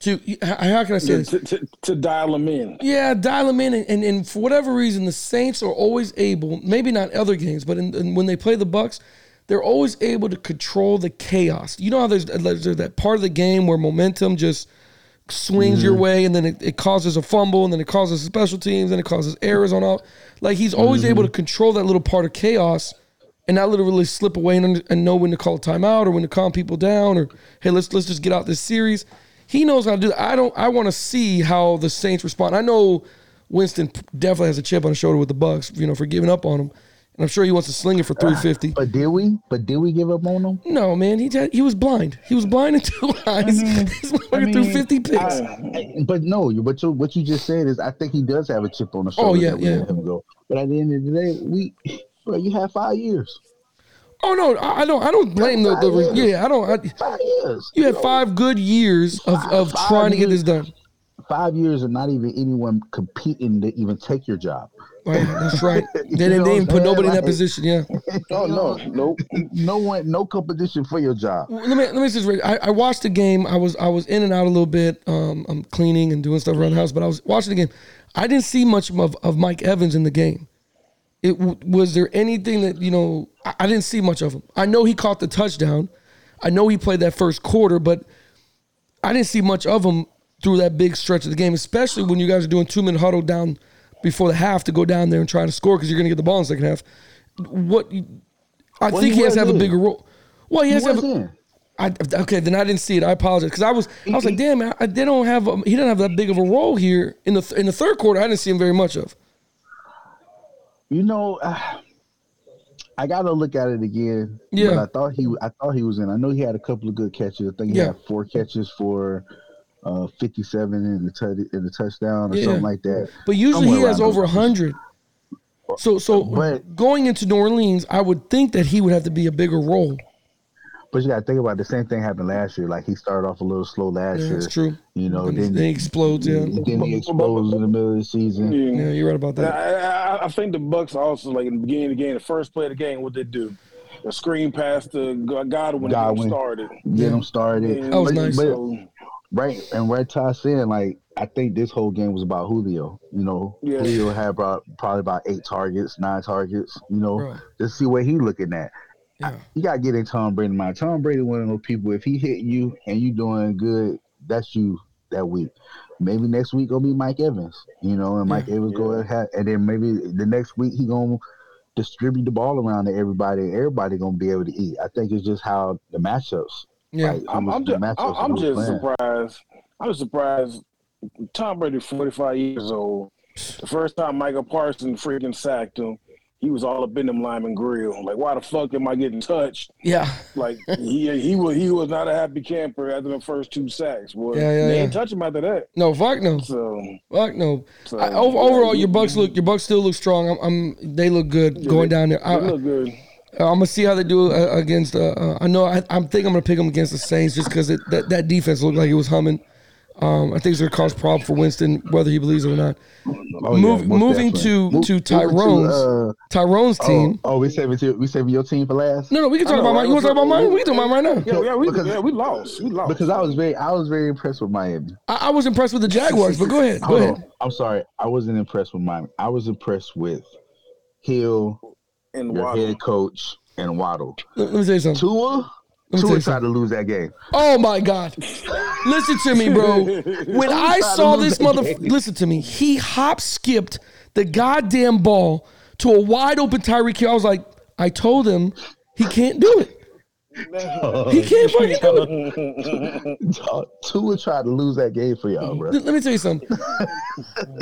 Speaker 4: to how how can I say
Speaker 5: To,
Speaker 4: this?
Speaker 5: to, to, to dial him in.
Speaker 4: Yeah, dial them in, and, and, and for whatever reason, the Saints are always able. Maybe not other games, but in, in, when they play the Bucks, they're always able to control the chaos. You know how there's, there's that part of the game where momentum just swings
Speaker 6: Mm-hmm.
Speaker 4: your way, and then it, it causes a fumble, and then it causes special teams, and it causes errors on all. Like he's always able
Speaker 6: Mm-hmm.
Speaker 4: to control that little part of chaos, and not literally slip away and, and know when to call a timeout or when to calm people down or hey let's let's just get out this series. He knows how to do that. I don't. I want to see how the Saints respond. I know Winston definitely has a chip on his shoulder with the Bucks, you know, for giving up on him, and I'm sure he wants to sling it for 350.
Speaker 6: But did we? But did we give up on them?
Speaker 4: No, man, he had, he was blind. He was blind in two eyes. He's looking through
Speaker 6: mean,
Speaker 4: 50 picks.
Speaker 6: I- but no, you- but you, what you just said is I think he does have a chip on the
Speaker 4: Oh,
Speaker 6: shoulder.
Speaker 4: yeah,
Speaker 6: that we
Speaker 4: yeah.
Speaker 6: let Him go. But at the end of the day, we, bro, you have five years.
Speaker 4: Oh no, I I don't. I don't blame the. the yeah, I don't. I,
Speaker 6: Five years.
Speaker 4: you had five good years of, of
Speaker 6: Five
Speaker 4: trying to get this
Speaker 6: years.
Speaker 4: done.
Speaker 6: Five years of not even anyone competing to even take your job.
Speaker 4: Right, that's right. They,
Speaker 6: You
Speaker 4: they
Speaker 6: know
Speaker 4: didn't
Speaker 6: what
Speaker 4: even
Speaker 6: I'm
Speaker 4: put
Speaker 6: saying?
Speaker 4: nobody in that
Speaker 6: Like-
Speaker 4: position. Yeah.
Speaker 5: Oh no, nope.
Speaker 6: No one, no competition for your job.
Speaker 4: Well, Let me let me just. read- I, I watched the game. I was I was in and out a little bit. Um, I'm cleaning and doing stuff around the house, but I was watching the game. I didn't see much of, of Mike Evans in the game. It w- was there anything that you know? I, I didn't see much of him. I know he caught the touchdown. I know he played that first quarter, but I didn't see much of him through that big stretch of the game, especially when you guys are doing two minute huddle down before the half to go down there and try to score because you're going to get the ball in the second half. What I
Speaker 6: Well,
Speaker 4: think
Speaker 6: he
Speaker 4: he has to have
Speaker 6: was
Speaker 4: a
Speaker 6: in.
Speaker 4: bigger role. Well, he has
Speaker 6: He
Speaker 4: to
Speaker 6: was
Speaker 4: have. A,
Speaker 6: in.
Speaker 4: I, okay, then I didn't see it. I apologize because I was I was like,
Speaker 6: Mm-hmm.
Speaker 4: damn, I, they don't have a, he doesn't have that big of a role here in the in the third quarter. I didn't see him very much of.
Speaker 6: You know, uh, I gotta look at it again.
Speaker 4: Yeah.
Speaker 6: but I thought he, I thought he was in. I know he had a couple of good catches. I think he
Speaker 4: Yeah.
Speaker 6: had four catches for uh, fifty-seven and the tou- and the touchdown or
Speaker 4: Yeah.
Speaker 6: something like that.
Speaker 4: But usually
Speaker 6: Somewhere
Speaker 4: he has
Speaker 6: around
Speaker 4: over
Speaker 6: those-
Speaker 4: hundred. So so
Speaker 6: But-
Speaker 4: going into New Orleans, I would think that he would have to be a bigger role.
Speaker 6: But you gotta think about it, the same thing happened last year. Like he started off a little slow last
Speaker 4: Yeah,
Speaker 6: year.
Speaker 4: that's true.
Speaker 6: You know,
Speaker 4: Then he-
Speaker 6: then,
Speaker 4: then he explodes, yeah.
Speaker 6: Then he explodes in the middle of the season.
Speaker 4: Yeah, you're right about
Speaker 5: I,
Speaker 4: that.
Speaker 5: I, I think the Bucks also like in the beginning of the game, the first play of the game, what they do, a screen pass to Godwin, Godwin. to get
Speaker 6: Godwin.
Speaker 5: him started.
Speaker 6: Get him started.
Speaker 5: And-
Speaker 4: That was nice.
Speaker 6: But,
Speaker 5: So,
Speaker 6: Right, and right, Ty saying like I think this whole game was about Julio. You know,
Speaker 5: Yeah.
Speaker 6: Julio had about probably about eight targets, nine targets. You know,
Speaker 4: Right.
Speaker 6: to see what he looking at.
Speaker 4: Yeah.
Speaker 6: You gotta get in Tom Brady mind. Tom Brady one of those people. If he hit you and you doing good, that's you that week. Maybe next week gonna be Mike Evans. You know, and Mike Evans go ahead, and then maybe the next week he gonna distribute the ball around to everybody, and everybody gonna be able to eat. I think it's just how the matchups.
Speaker 4: Yeah.
Speaker 6: like,
Speaker 5: I'm,
Speaker 6: it was
Speaker 5: I'm
Speaker 6: the
Speaker 5: just,
Speaker 6: matchups
Speaker 5: I'm,
Speaker 6: and
Speaker 5: I'm
Speaker 6: who's
Speaker 5: just
Speaker 6: playing.
Speaker 5: surprised. I'm surprised. Tom Brady, 45 years old. The first time Michael Parsons freaking sacked him, he was all up in them lime and grill. Like, why the fuck am I getting touched?
Speaker 4: Yeah.
Speaker 5: Like, he he was he was not a happy camper after the first two sacks. Boy,
Speaker 4: Yeah, yeah,
Speaker 5: they
Speaker 4: yeah.
Speaker 5: ain't touch him after that.
Speaker 4: No, fuck no.
Speaker 5: So
Speaker 4: Fuck no.
Speaker 5: So,
Speaker 4: I, ov-
Speaker 5: yeah,
Speaker 4: overall,
Speaker 5: you-
Speaker 4: your Bucks look your Bucks still look strong. I'm, I'm they look good going
Speaker 5: they-
Speaker 4: down there. I,
Speaker 5: they look good.
Speaker 4: I'm gonna see how they do uh, against. Uh, uh, I know. I, I think I'm gonna pick them against the Saints just because that that defense looked like it was humming. Um, I think it's gonna cause problem for Winston whether he believes it or not.
Speaker 6: Oh,
Speaker 4: Move-
Speaker 6: yeah, most
Speaker 4: moving
Speaker 6: definitely.
Speaker 4: to-
Speaker 6: Mo-
Speaker 4: to
Speaker 6: moving
Speaker 4: Tyrone's
Speaker 6: uh,
Speaker 4: Tyrone's team.
Speaker 6: Oh, oh, we saving to, we saving your team for last.
Speaker 4: No, no, we can
Speaker 5: I
Speaker 4: talk
Speaker 5: know,
Speaker 4: about mine.
Speaker 5: right?
Speaker 4: You want to talk about mine? We can talk about mine right now.
Speaker 5: Yeah, yeah, we,
Speaker 6: Because-
Speaker 5: yeah, we lost. We lost.
Speaker 6: Because I was very I was very impressed with Miami.
Speaker 4: I, I was impressed with the Jaguars, but go ahead, go
Speaker 6: Hold
Speaker 5: Oh.
Speaker 4: ahead.
Speaker 6: on, I'm sorry, I wasn't impressed with Miami. I was impressed with Hill,
Speaker 5: and
Speaker 6: your
Speaker 5: Waddle.
Speaker 6: head coach, and Waddle.
Speaker 4: Let, let me tell you something.
Speaker 6: Tua,
Speaker 4: me tell you
Speaker 6: Tua tried to lose that game.
Speaker 4: Oh my God! Listen to me, bro. When I saw this mother, listen to me. He hop skipped the goddamn ball to a wide open Tyreek Hill. I was like, I told him he can't do it. He can't fucking do it.
Speaker 6: Dog, Tua tried to lose that game for y'all, bro.
Speaker 4: Let let me tell you something.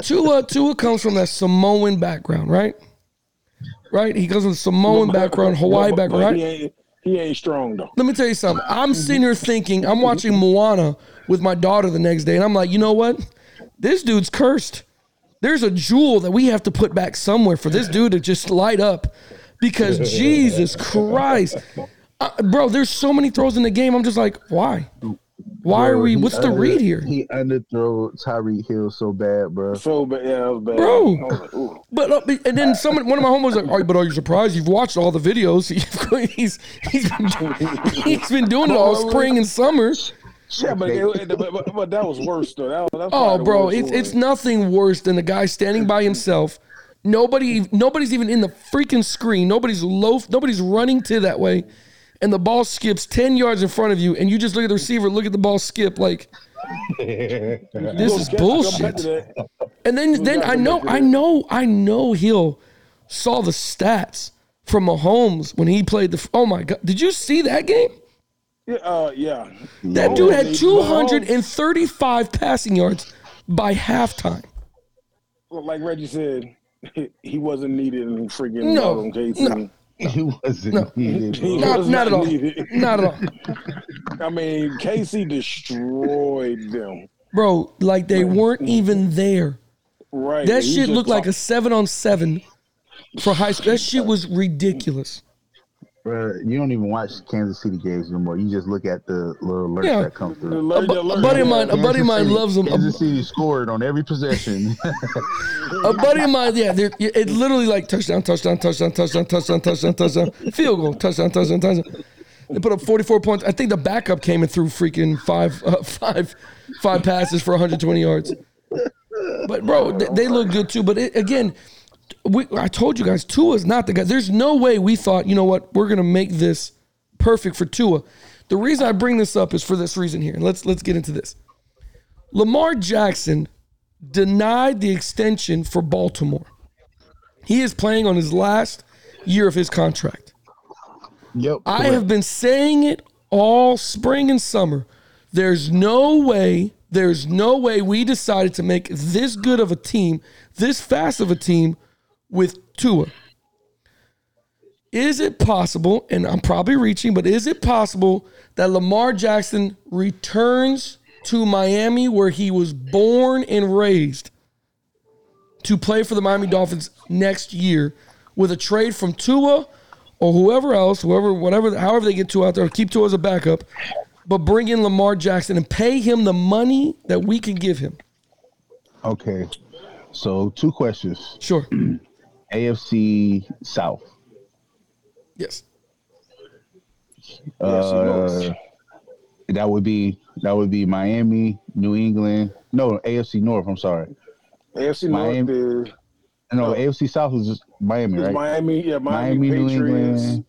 Speaker 4: Tua Tua comes from that Samoan background, right? Right? He comes from Samoan background, Hawaii
Speaker 5: But- but
Speaker 4: background, right?
Speaker 5: He ain't, he ain't strong though.
Speaker 4: Let me tell you something. I'm sitting here thinking, I'm watching Moana with my daughter the next day, and I'm like, you know what? This dude's cursed. There's a jewel that we have to put back somewhere for this dude to just light up because Jesus Christ. Uh, bro, there's so many throws in the game. I'm just like, why? Why are
Speaker 6: Bro,
Speaker 4: we?
Speaker 6: he
Speaker 4: What's the
Speaker 6: under-
Speaker 4: read here?
Speaker 6: He underthrow Tyreek Hill so bad, bro.
Speaker 5: So bad, yeah, that was bad.
Speaker 4: Bro.
Speaker 5: I was like, ooh.
Speaker 4: But uh, but- and then someone, one of my homeboys, like, oh, but are you surprised? You've watched all the videos. You've- he's he's been, he's been doing it all spring and summer.
Speaker 5: Yeah, but, it, but, but, but that was worse though. That, was- that's
Speaker 4: Oh,
Speaker 5: probably the
Speaker 4: bro,
Speaker 5: worst
Speaker 4: it's
Speaker 5: one.
Speaker 4: it's nothing worse than the guy standing by himself. Nobody, nobody's even in the freaking screen. Nobody's loaf. Nobody's running to that way, and the ball skips ten yards in front of you, and you just look at the receiver, look at the ball skip, like this
Speaker 5: Go
Speaker 4: is
Speaker 5: back- go back
Speaker 4: bullshit.
Speaker 5: to that.
Speaker 4: And then then I know I know I know Hill saw the stats from Mahomes when he played the. Oh my god! Did you see that game?
Speaker 5: Yeah, uh, yeah.
Speaker 4: That dude had
Speaker 5: Mahomes-
Speaker 4: 235 passing yards by halftime.
Speaker 5: Like Reggie said, he wasn't needed in freaking
Speaker 4: No,
Speaker 5: Golden Gate team.
Speaker 6: He wasn't needed, bro.
Speaker 5: He
Speaker 4: Not-
Speaker 5: was
Speaker 4: not at all.
Speaker 5: needed.
Speaker 4: Not at all,
Speaker 5: I mean, KC destroyed them.
Speaker 4: bro. Like they weren't even there.
Speaker 5: Right.
Speaker 4: That
Speaker 5: He
Speaker 4: shit
Speaker 5: just
Speaker 4: looked like a
Speaker 5: talked-
Speaker 4: seven on seven for high school. That shit was ridiculous.
Speaker 6: Bruh, you don't even watch Kansas City games anymore. You just look at the little alerts
Speaker 4: Yeah.
Speaker 6: that come
Speaker 5: The
Speaker 6: through.
Speaker 5: alert-
Speaker 4: bu-
Speaker 5: the alert.
Speaker 4: a buddy of mine-
Speaker 6: Kansas
Speaker 4: buddy of mine
Speaker 6: City-
Speaker 4: loves 'em.
Speaker 6: Kansas City scored on every possession.
Speaker 4: A buddy of mine, yeah, they're- yeah, it's literally like touchdown, touchdown, touchdown, touchdown, touchdown, touchdown, touchdown, field goal, touchdown, touchdown, touchdown. They put up 44 points. I think the backup came and threw freaking five, uh, five, five passes for 120 yards. But bro, they, they look good too. But it, again, we, I told you guys, Tua's not the guy. There's no way we thought, you know what, we're gonna make this perfect for Tua. The reason I bring this up is for this reason here. And let's let's get into this. Lamar Jackson denied the extension for Baltimore. He is playing on his last year of his contract.
Speaker 6: yep.
Speaker 4: I have been saying it all spring and summer. There's no way, there's no way we decided to make this good of a team, this fast of a team with Tua. Is it possible, and I'm probably reaching, but is it possible that Lamar Jackson returns to Miami where he was born and raised to play for the Miami Dolphins next year with a trade from Tua or whoever else, whoever, whatever, however they get Tua out there, keep Tua as a backup, but bring in Lamar Jackson and pay him the money that we can give him.
Speaker 6: Okay. So two questions.
Speaker 4: Sure.
Speaker 6: AFC South.
Speaker 4: Yes.
Speaker 6: Uh, that would be that would be Miami, New England. No, AFC North. I'm sorry.
Speaker 5: AFC North
Speaker 6: Miami-
Speaker 5: is, is
Speaker 6: No, AFC South is just Miami, right?
Speaker 5: Miami, yeah, Miami,
Speaker 6: Miami, New
Speaker 5: Patriots,
Speaker 6: England.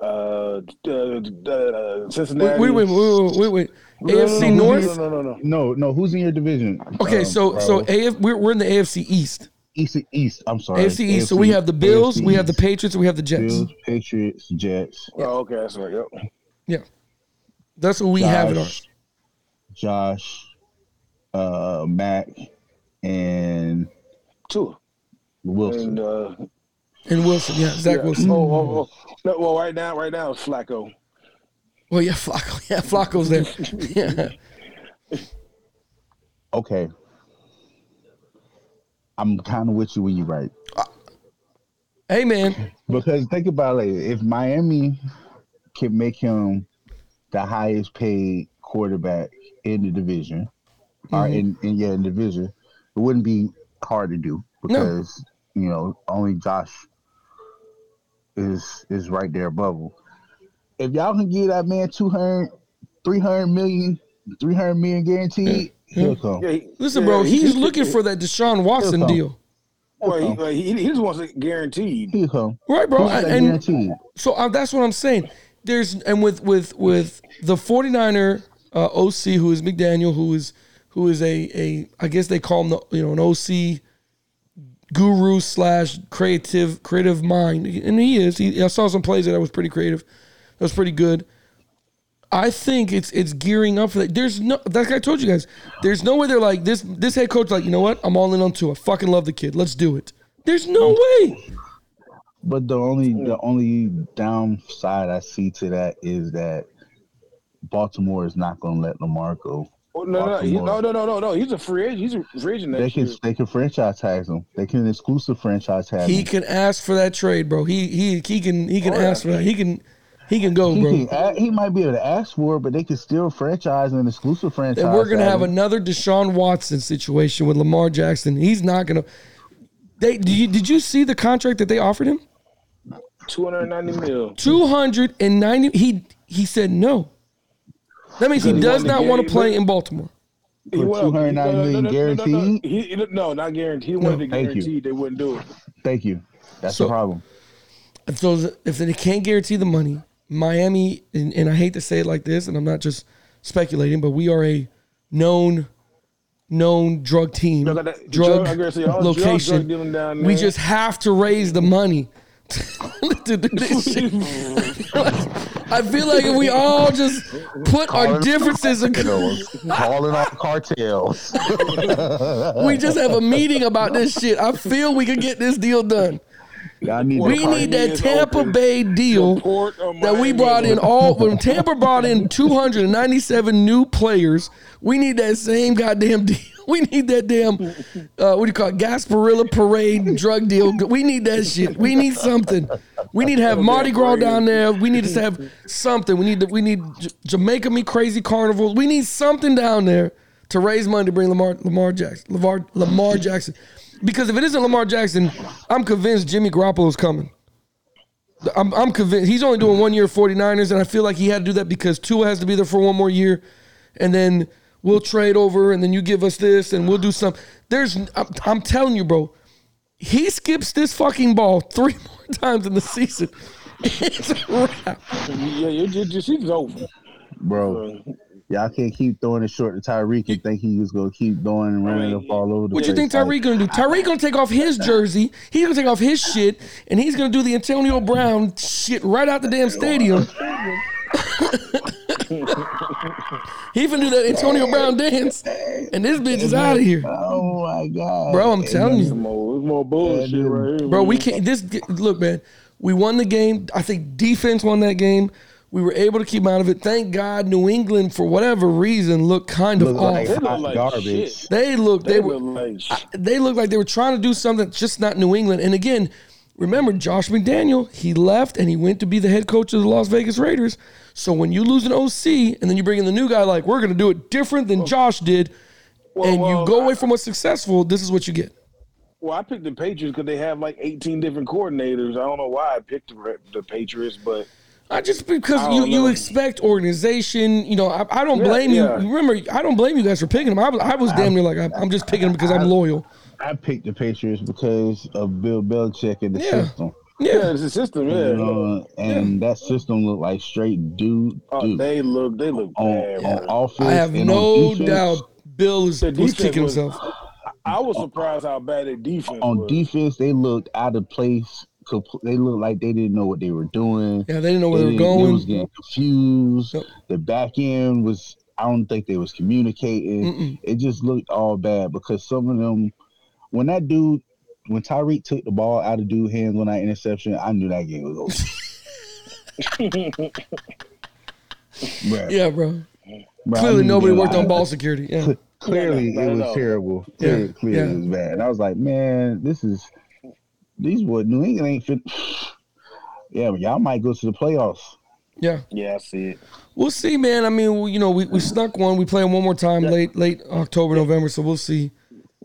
Speaker 5: uh, uh, uh,
Speaker 4: Wait,
Speaker 5: Cincinnati.
Speaker 4: wait, wait, wait, wait. wait. AFC
Speaker 5: no,
Speaker 4: North.
Speaker 5: No, no, no, no.
Speaker 6: No, no. Who's in your division?
Speaker 4: Okay,
Speaker 6: Um,
Speaker 4: so
Speaker 6: bro?
Speaker 4: so AF, we're, we're in the AFC East.
Speaker 6: East, East. I'm sorry.
Speaker 4: AFC East. So we have the Bills, we have the Patriots,
Speaker 6: Patriots.
Speaker 4: and we have the Jets.
Speaker 6: Bills, Patriots, Jets.
Speaker 5: Oh, okay, that's right. Yep.
Speaker 4: Yeah. That's what we have it on.
Speaker 6: Josh, Josh, uh, Mac, and
Speaker 5: Two.
Speaker 6: Wilson.
Speaker 5: And uh,
Speaker 4: And Wilson, yeah, Zach
Speaker 5: yeah.
Speaker 4: Wilson.
Speaker 5: Oh, oh, oh. No, well, right now, right now, it's Flacco.
Speaker 4: Well, yeah, Flacco. Yeah, Flacco's there. Yeah.
Speaker 6: okay. I'm kind of with you when you're right.
Speaker 4: Hey, man.
Speaker 6: Because think about it. If Miami can make him the highest paid quarterback in the division, or
Speaker 4: Mm-hmm.
Speaker 6: in, in yeah, in the division, it wouldn't be hard to do because you know only Josh is is right there above him. If y'all can give that man 200, 300 million, 300 million guaranteed,
Speaker 4: Mm-hmm.
Speaker 6: he'll come.
Speaker 5: Yeah, he,
Speaker 4: Listen,
Speaker 5: yeah,
Speaker 4: bro,
Speaker 5: he-
Speaker 4: he's
Speaker 5: he-
Speaker 4: looking for that Deshaun Watson
Speaker 6: Phil.
Speaker 4: deal.
Speaker 5: Well, he, like, he, he just wants it guaranteed.
Speaker 6: He'll come.
Speaker 4: Right, bro.
Speaker 6: He's
Speaker 4: And,
Speaker 6: that
Speaker 4: and
Speaker 6: guaranteed.
Speaker 4: so uh, that's what I'm saying. There's and with with with the 49er uh, OC who is McDaniel who is who is a a I guess they call him the you know an OC guru slash creative creative mind and he is he, I saw some plays that I was pretty creative that was pretty good I think it's it's gearing up for that there's no that's like I told you guys there's no way they're like this this head coach like you know what I'm all in on two I fucking love the kid let's do it there's no way
Speaker 6: But the only the only downside I see to that is that Baltimore is not going to let Lamar go.
Speaker 5: Oh, no, no, he, no,
Speaker 6: Baltimore.
Speaker 5: no, no, no, no. He's a free agent. He's a free agent
Speaker 6: They
Speaker 5: next
Speaker 6: can
Speaker 5: year.
Speaker 6: they can franchise tag him. They can exclusive franchise tag
Speaker 4: He
Speaker 6: him.
Speaker 4: can ask for that trade, bro. He he he can he can
Speaker 5: Oh, yeah.
Speaker 4: ask for that. He can he can go,
Speaker 6: He,
Speaker 4: bro.
Speaker 6: can, a- he might be able to ask for it, but they can still franchise and exclusive franchise.
Speaker 4: And we're gonna
Speaker 6: tag
Speaker 4: have
Speaker 6: him.
Speaker 4: another Deshaun Watson situation with Lamar Jackson. He's not gonna. They do you, did you see the contract that they offered him?
Speaker 5: 290 mil.
Speaker 4: Two hundred and ninety. He he said no. That means he
Speaker 5: Because he
Speaker 4: does
Speaker 5: won the
Speaker 4: not want to
Speaker 5: game,
Speaker 4: play
Speaker 5: but-
Speaker 4: in Baltimore.
Speaker 5: He
Speaker 6: For
Speaker 5: won-
Speaker 6: 290 million
Speaker 5: No, no,
Speaker 6: guaranteed?
Speaker 5: He- he- no, not guaranteed. He wanted to
Speaker 6: Thank you.
Speaker 5: guarantee they wouldn't do it.
Speaker 6: Thank you. That's
Speaker 4: So-
Speaker 6: the problem.
Speaker 4: And so th- if they can't guarantee the money, Miami, and, and I hate to say it like this, and I'm not just speculating, but we are a known, known drug team,
Speaker 5: Drug-
Speaker 4: drug,
Speaker 5: drug- I guess they all- drug-
Speaker 4: location.
Speaker 5: drug dealing down
Speaker 4: we
Speaker 5: there.
Speaker 4: just have to raise the money to do this shit. I feel like if we all just put our differences, ac-
Speaker 6: Calling out cartels.
Speaker 4: we just have a meeting about this shit. I feel we could get this deal done.
Speaker 6: Y'all need
Speaker 4: We
Speaker 6: to call-
Speaker 4: need that
Speaker 5: is
Speaker 4: Tampa
Speaker 5: open.
Speaker 4: Bay deal.
Speaker 5: Port of
Speaker 4: that we
Speaker 5: Miami.
Speaker 4: brought in all when Tampa brought in 297 new players, we need that same goddamn deal. We need that damn uh, what do you call it? Gasparilla parade drug deal. We need that shit. We need something. We need to have Mardi Gras down there. We need to have something. We need to, we need J- Jamaica Me Crazy Carnival. We need something down there to raise money to bring Lamar Lamar Jackson Lamar Lamar Jackson. Because if it isn't Lamar Jackson, I'm convinced Jimmy Garoppolo's coming. I'm, I'm convinced he's only doing one year 49ers, and I feel like he had to do that because Tua has to be there for one more year, and then we'll trade over, and then you give us this, and we'll do some. There's, I'm, I'm telling you, bro, he skips this fucking ball three more times in the season. It's a wrap.
Speaker 5: Yeah, you just, just it's over.
Speaker 6: bro. Y'all can't keep throwing it short to Tyreek and think he was gonna keep going and running up all over the
Speaker 4: What you think
Speaker 6: place.
Speaker 4: Tyreek gonna do? Tyreek gonna take off his jersey. He's gonna take off his shit, and he's gonna do the Antonio Brown shit right out the damn stadium. he even do that Antonio Brown dance, and this bitch is out of here,
Speaker 6: Oh my god,
Speaker 4: bro. I'm telling you.
Speaker 5: It's more, it's more bullshit
Speaker 6: Yeah, dude.
Speaker 5: right here.
Speaker 4: Bro, we can't. This look, man. We won the game. I think defense won that game. We were able to keep 'em out of it. Thank God, New England, for whatever reason, looked kind of
Speaker 6: Look
Speaker 4: off.
Speaker 6: like
Speaker 5: They look
Speaker 6: hot
Speaker 5: like
Speaker 6: garbage.
Speaker 5: shit.
Speaker 4: they looked. They,
Speaker 5: They
Speaker 4: were.
Speaker 5: look like shit.
Speaker 4: They looked like they were trying to do something, that's just not New England. And again, remember Josh McDaniel. He left and he went to be the head coach of the Las Vegas Raiders. So when you lose an OC and then you bring in the new guy, like we're going to do it different than Josh did, and you
Speaker 5: well,
Speaker 4: go
Speaker 5: I-
Speaker 4: away from what's successful. This is what you get.
Speaker 5: Well, I picked the Patriots because they have like 18 different coordinators. I don't know why I picked the, the Patriots, but
Speaker 4: I just because
Speaker 5: I
Speaker 4: you,
Speaker 5: don't
Speaker 4: you
Speaker 5: know.
Speaker 4: expect organization, you know, I, I don't
Speaker 5: Yeah,
Speaker 4: blame
Speaker 5: yeah.
Speaker 4: you. Remember, I don't blame you guys for picking them. I was, I was damn near like, I'm, I'm just picking them because I'm loyal.
Speaker 6: I picked the Patriots because of Bill Belichick and the
Speaker 4: Yeah.
Speaker 6: system.
Speaker 5: yeah,
Speaker 4: Yeah.
Speaker 5: it's a system.
Speaker 6: You
Speaker 5: Yeah,
Speaker 6: know, and that system looked like straight dude,
Speaker 5: oh,
Speaker 6: dude. Oh,
Speaker 5: they look they look
Speaker 6: on,
Speaker 5: bad.
Speaker 6: on
Speaker 5: bro.
Speaker 6: offense.
Speaker 4: I have
Speaker 6: and
Speaker 4: no
Speaker 6: on defense,
Speaker 4: doubt Bill is,
Speaker 5: The
Speaker 4: was
Speaker 5: defense
Speaker 4: kicking
Speaker 5: was-
Speaker 4: himself.
Speaker 5: I was surprised how bad their defense
Speaker 6: Oh, On
Speaker 5: was.
Speaker 6: defense, they looked out of place. compl- They looked like they didn't know what they were doing.
Speaker 4: Yeah, they didn't know where they were
Speaker 6: didn't- was
Speaker 4: going.
Speaker 6: getting confused.
Speaker 4: Yep.
Speaker 6: The back end was. I don't think they was communicating.
Speaker 4: Mm-mm.
Speaker 6: It just looked all bad because some of them, when that dude, when Tyreek took the ball out of dude's hands on that interception, I knew that game was over. Bruh,
Speaker 4: Yeah, bro.
Speaker 6: bruh, I
Speaker 4: Clearly,
Speaker 6: knew
Speaker 4: nobody
Speaker 6: they
Speaker 4: worked on
Speaker 6: lied.
Speaker 4: ball security. Yeah.
Speaker 6: clearly
Speaker 5: No, no,
Speaker 6: it
Speaker 5: not
Speaker 6: was
Speaker 5: at all.
Speaker 6: terrible.
Speaker 4: Yeah,
Speaker 6: Clearly, clearly
Speaker 4: yeah.
Speaker 6: it was bad. And I was like, man, this is these what New England ain't fit. Yeah, but y'all might go to the playoffs.
Speaker 4: Yeah.
Speaker 5: yeah, I see it.
Speaker 4: We'll see, man. I mean, we, you know, we, we snuck one. We play 'em one more time late late October, November, so we'll see.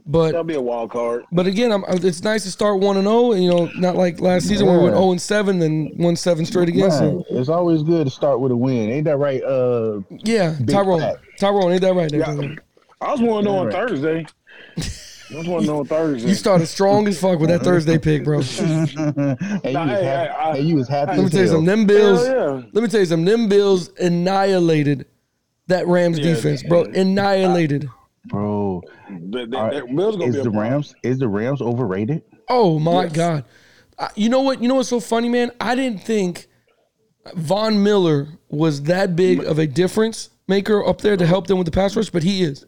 Speaker 4: But
Speaker 5: That'll be a wild card.
Speaker 4: But again, I'm, it's nice to start one and zero, and you know, not like last season where we went
Speaker 6: Yeah.
Speaker 4: zero and seven, then won seven straight again.
Speaker 6: Man,
Speaker 4: So
Speaker 6: it's always good to start with a win. Ain't that right? Uh,
Speaker 4: yeah, Tyrone,
Speaker 6: fact.
Speaker 4: Tyrone, ain't that right? There,
Speaker 5: Yeah.
Speaker 4: Tyrone?
Speaker 5: I was one to know on
Speaker 6: Correct.
Speaker 5: Thursday. I was one to know on Thursday.
Speaker 4: You started strong as fuck with that Thursday pick, bro. Let
Speaker 6: and, you
Speaker 5: Nah,
Speaker 6: was
Speaker 5: hey,
Speaker 6: happy,
Speaker 5: hey, I-
Speaker 6: and you was happy.
Speaker 5: Let
Speaker 6: as
Speaker 4: me tell you
Speaker 6: hell.
Speaker 4: something. Them
Speaker 5: Hell
Speaker 4: Bills.
Speaker 5: yeah.
Speaker 4: Let me tell you something. Them Bills annihilated that Rams
Speaker 5: Yeah,
Speaker 4: defense, bro.
Speaker 5: yeah.
Speaker 4: Annihilated.
Speaker 6: bro.
Speaker 5: The, the,
Speaker 6: all
Speaker 5: the
Speaker 6: right,
Speaker 5: Bills gonna
Speaker 6: Is
Speaker 5: be a
Speaker 6: the
Speaker 5: problem.
Speaker 6: Rams is the Rams overrated?
Speaker 4: Oh my god! I, you know what? You know what's so funny, man? I didn't think Von Miller was that big of a difference maker up there to help them with the pass rush, but he is.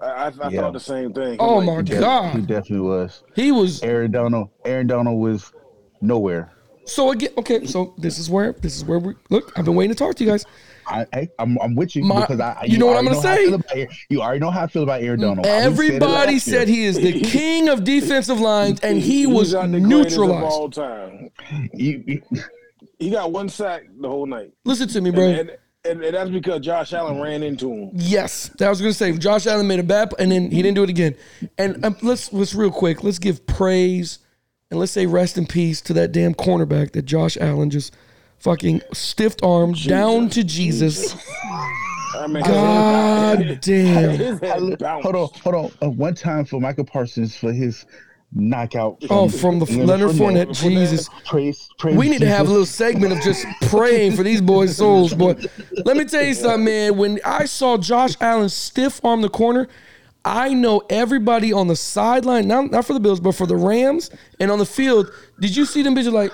Speaker 5: I, I, I
Speaker 6: Yeah.
Speaker 5: thought the same thing.
Speaker 4: Oh
Speaker 5: Like,
Speaker 4: my
Speaker 6: He def- he
Speaker 4: god!
Speaker 6: definitely was.
Speaker 4: He was
Speaker 6: Aaron Donald, Aaron Donald was nowhere.
Speaker 4: So again, okay. So this is where this is where we look. I've been waiting to talk to you guys.
Speaker 6: I, I I'm, I'm with you
Speaker 4: My-
Speaker 6: because I
Speaker 4: you know what I'm
Speaker 6: already
Speaker 4: gonna
Speaker 6: how I
Speaker 4: say?
Speaker 6: feel about Aaron- you already know how I feel about Aaron Donald. We said it
Speaker 4: Everybody
Speaker 6: last year.
Speaker 4: said he is the king of defensive lines, and he
Speaker 5: he's
Speaker 4: was
Speaker 5: not the greatest of
Speaker 4: neutralized.
Speaker 5: all time.
Speaker 6: You- you-
Speaker 5: He got one sack the whole night,
Speaker 4: Listen to me,
Speaker 5: and,
Speaker 4: bro.
Speaker 5: and, and, and that's because Josh Allen ran into him.
Speaker 4: Yes, that was gonna say Josh Allen made a bad, p- and then he didn't do it again. And um, let's let's real quick. Let's give praise and let's say rest in peace to that damn cornerback that Josh Allen just fucking stiffed arm down to Jesus.
Speaker 5: I mean,
Speaker 4: God damn.
Speaker 5: his
Speaker 6: I
Speaker 5: head
Speaker 6: look-
Speaker 5: bounced.
Speaker 6: hold on, hold on. Uh, one time for Michael Parsons for his knockout.
Speaker 4: Oh, from the Leonard Fournette. Jesus.
Speaker 6: Praise, praise
Speaker 4: We need to have a
Speaker 6: Jesus.
Speaker 4: little segment of just praying for these boys' souls, boy. Let me tell you something, man. When I saw Josh Allen stiff arm the corner, I know everybody on the sideline, not, not for the Bills, but for the Rams and on the field. Did you see them bitches like,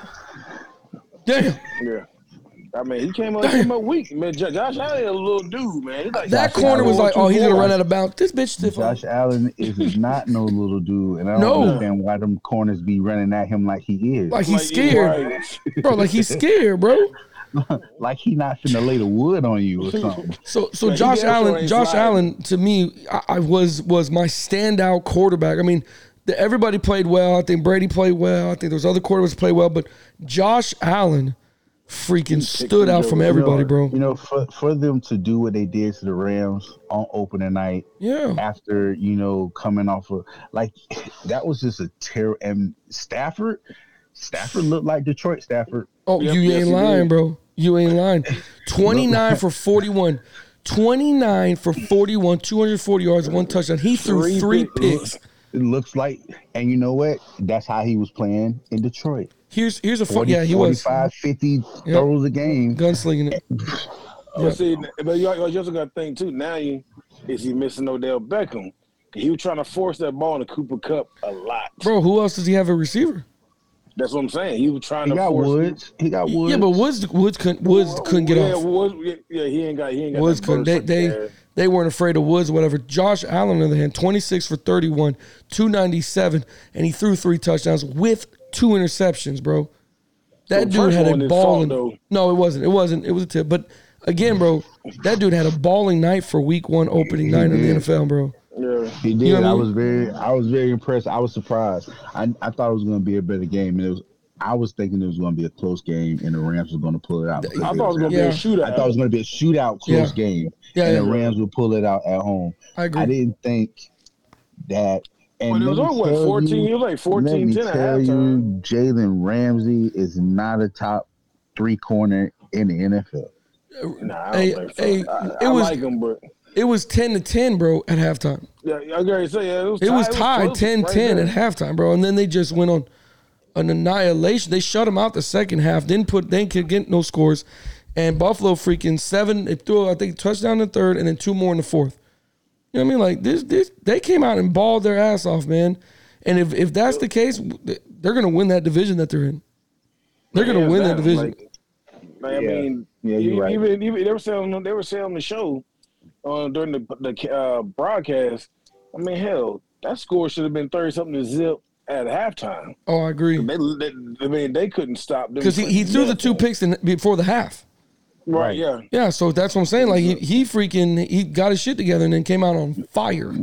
Speaker 4: damn,
Speaker 5: Yeah. I mean, he came up, he came up weak. Man, Jo- Josh Allen is a little dude, man. He's like
Speaker 4: that
Speaker 6: Josh
Speaker 4: corner was
Speaker 6: Allen
Speaker 4: like, oh, he's going to run out of bounds. This bitch stiff arm.
Speaker 6: Josh Allen is not no little dude, and I don't
Speaker 4: No.
Speaker 6: understand why them corners be running at him like he is,
Speaker 4: Like
Speaker 6: like,
Speaker 4: he's
Speaker 5: Like,
Speaker 4: scared,
Speaker 5: right.
Speaker 4: bro. Like he's scared, bro.
Speaker 6: he not finna lay the wood on you or something.
Speaker 4: So so
Speaker 5: Yeah, he
Speaker 4: Josh
Speaker 5: definitely
Speaker 4: Allen,
Speaker 5: ain't
Speaker 4: Josh
Speaker 5: sliding.
Speaker 4: Allen to me, I, I was was my standout quarterback. I mean, that everybody played well. I think Brady played well. I think those other quarterbacks played well, but Josh Allen freaking stood out from
Speaker 6: You know-
Speaker 4: everybody, bro.
Speaker 6: You know, for, for them to do what they did to the Rams on opening night
Speaker 4: Yeah,
Speaker 6: after, you know, coming off of like that was just a terror and Stafford Stafford looked like Detroit Stafford.
Speaker 4: Oh,
Speaker 5: Yep,
Speaker 4: you
Speaker 5: yes,
Speaker 4: ain't
Speaker 5: he
Speaker 4: lying,
Speaker 5: did.
Speaker 4: bro. You ain't lying. 29 for 41. 29 for 41, 240 yards, one touchdown. He threw three,
Speaker 5: Three
Speaker 4: picks.
Speaker 5: picks.
Speaker 6: It looks like and you know what? That's how he was playing in Detroit.
Speaker 4: Here's here's a fun.
Speaker 6: 40,
Speaker 4: Yeah, he was
Speaker 6: 45, 50 throws a game.
Speaker 4: gunslinging it. Yeah.
Speaker 5: But see, but you, you also got to think too. Now you is he missing Odell Beckham? He was trying to force that ball into Cooper Cup a lot.
Speaker 4: Bro, who else does he have a receiver?
Speaker 5: That's what I'm saying. He was trying
Speaker 6: He
Speaker 5: to
Speaker 6: got
Speaker 5: force.
Speaker 6: Woods. He got Woods.
Speaker 4: Yeah, but Woods Woods couldn't Woods couldn't get
Speaker 5: yeah,
Speaker 4: off.
Speaker 5: Woods, yeah, yeah, he ain't got. He ain't got.
Speaker 4: Woods
Speaker 5: that
Speaker 4: couldn't. They
Speaker 5: burst
Speaker 4: they,
Speaker 5: there.
Speaker 4: they weren't afraid of Woods, whatever. Josh Allen, on the other hand, 26 for 31, 297, and he threw three touchdowns with two interceptions, bro. That
Speaker 5: So the
Speaker 4: dude
Speaker 5: first
Speaker 4: had
Speaker 5: one
Speaker 4: a
Speaker 5: is
Speaker 4: ball.
Speaker 5: fault,
Speaker 4: in-
Speaker 5: though.
Speaker 4: no, it wasn't. It wasn't. It was a tip. But again, bro, that dude had a balling night for week one opening night in
Speaker 6: did.
Speaker 4: the NFL, bro.
Speaker 5: Yeah.
Speaker 6: He did.
Speaker 4: know what I
Speaker 6: I
Speaker 4: mean?
Speaker 6: was very, I was very impressed. I was surprised. I, I thought it was going to be a better game, and it was. I was thinking it was going to be a close game, and the Rams were going to pull it out.
Speaker 5: I thought it was gonna
Speaker 4: Yeah.
Speaker 5: be a shootout.
Speaker 6: I thought it was going to be a shootout, close
Speaker 4: Yeah.
Speaker 6: game,
Speaker 4: Yeah,
Speaker 6: and
Speaker 4: yeah.
Speaker 6: the Rams would pull it out at home.
Speaker 4: I agree.
Speaker 6: I didn't think that. And
Speaker 5: But it was
Speaker 6: let me
Speaker 5: only, what,
Speaker 6: tell
Speaker 5: 14? It was like 14,
Speaker 6: Let
Speaker 5: 10
Speaker 6: me
Speaker 5: at
Speaker 6: tell you,
Speaker 5: halftime.
Speaker 6: Jalen Ramsey is not a top three corner in the NFL.
Speaker 5: Nah, I
Speaker 4: Hey,
Speaker 5: don't think so.
Speaker 4: hey,
Speaker 5: I,
Speaker 4: it
Speaker 5: I
Speaker 4: was-
Speaker 5: like him, but
Speaker 4: It was 10 to 10, bro, at halftime.
Speaker 5: yeah, I gotta say, yeah, it was.
Speaker 4: It was
Speaker 5: tied,
Speaker 4: tied 10 10 at halftime, bro. And then they just went on an annihilation. They shut them out the second half, didn't put, they could get no scores. And Buffalo freaking seven, it threw, I think, touchdown in the third and then two more in the fourth. You know what I mean? Like, this, this, they came out and balled their ass off, man. And if, if that's the case, they're going to win that division that they're in. They're going to win that division.
Speaker 5: Like,
Speaker 6: Yeah.
Speaker 5: I mean,
Speaker 6: Yeah, you're
Speaker 5: e-
Speaker 6: right.
Speaker 5: even, even they were selling they were selling the show uh, during the the uh, broadcast. I mean, hell, that score should have been thirty something to zip at halftime.
Speaker 4: oh, I agree.
Speaker 5: They, they I mean, they couldn't stop them
Speaker 4: Because he, he threw the two picks in, before the half.
Speaker 5: Right, yeah.
Speaker 4: Yeah, so that's what I'm saying. Like, he, he freaking, he got his shit together and then came out on fire,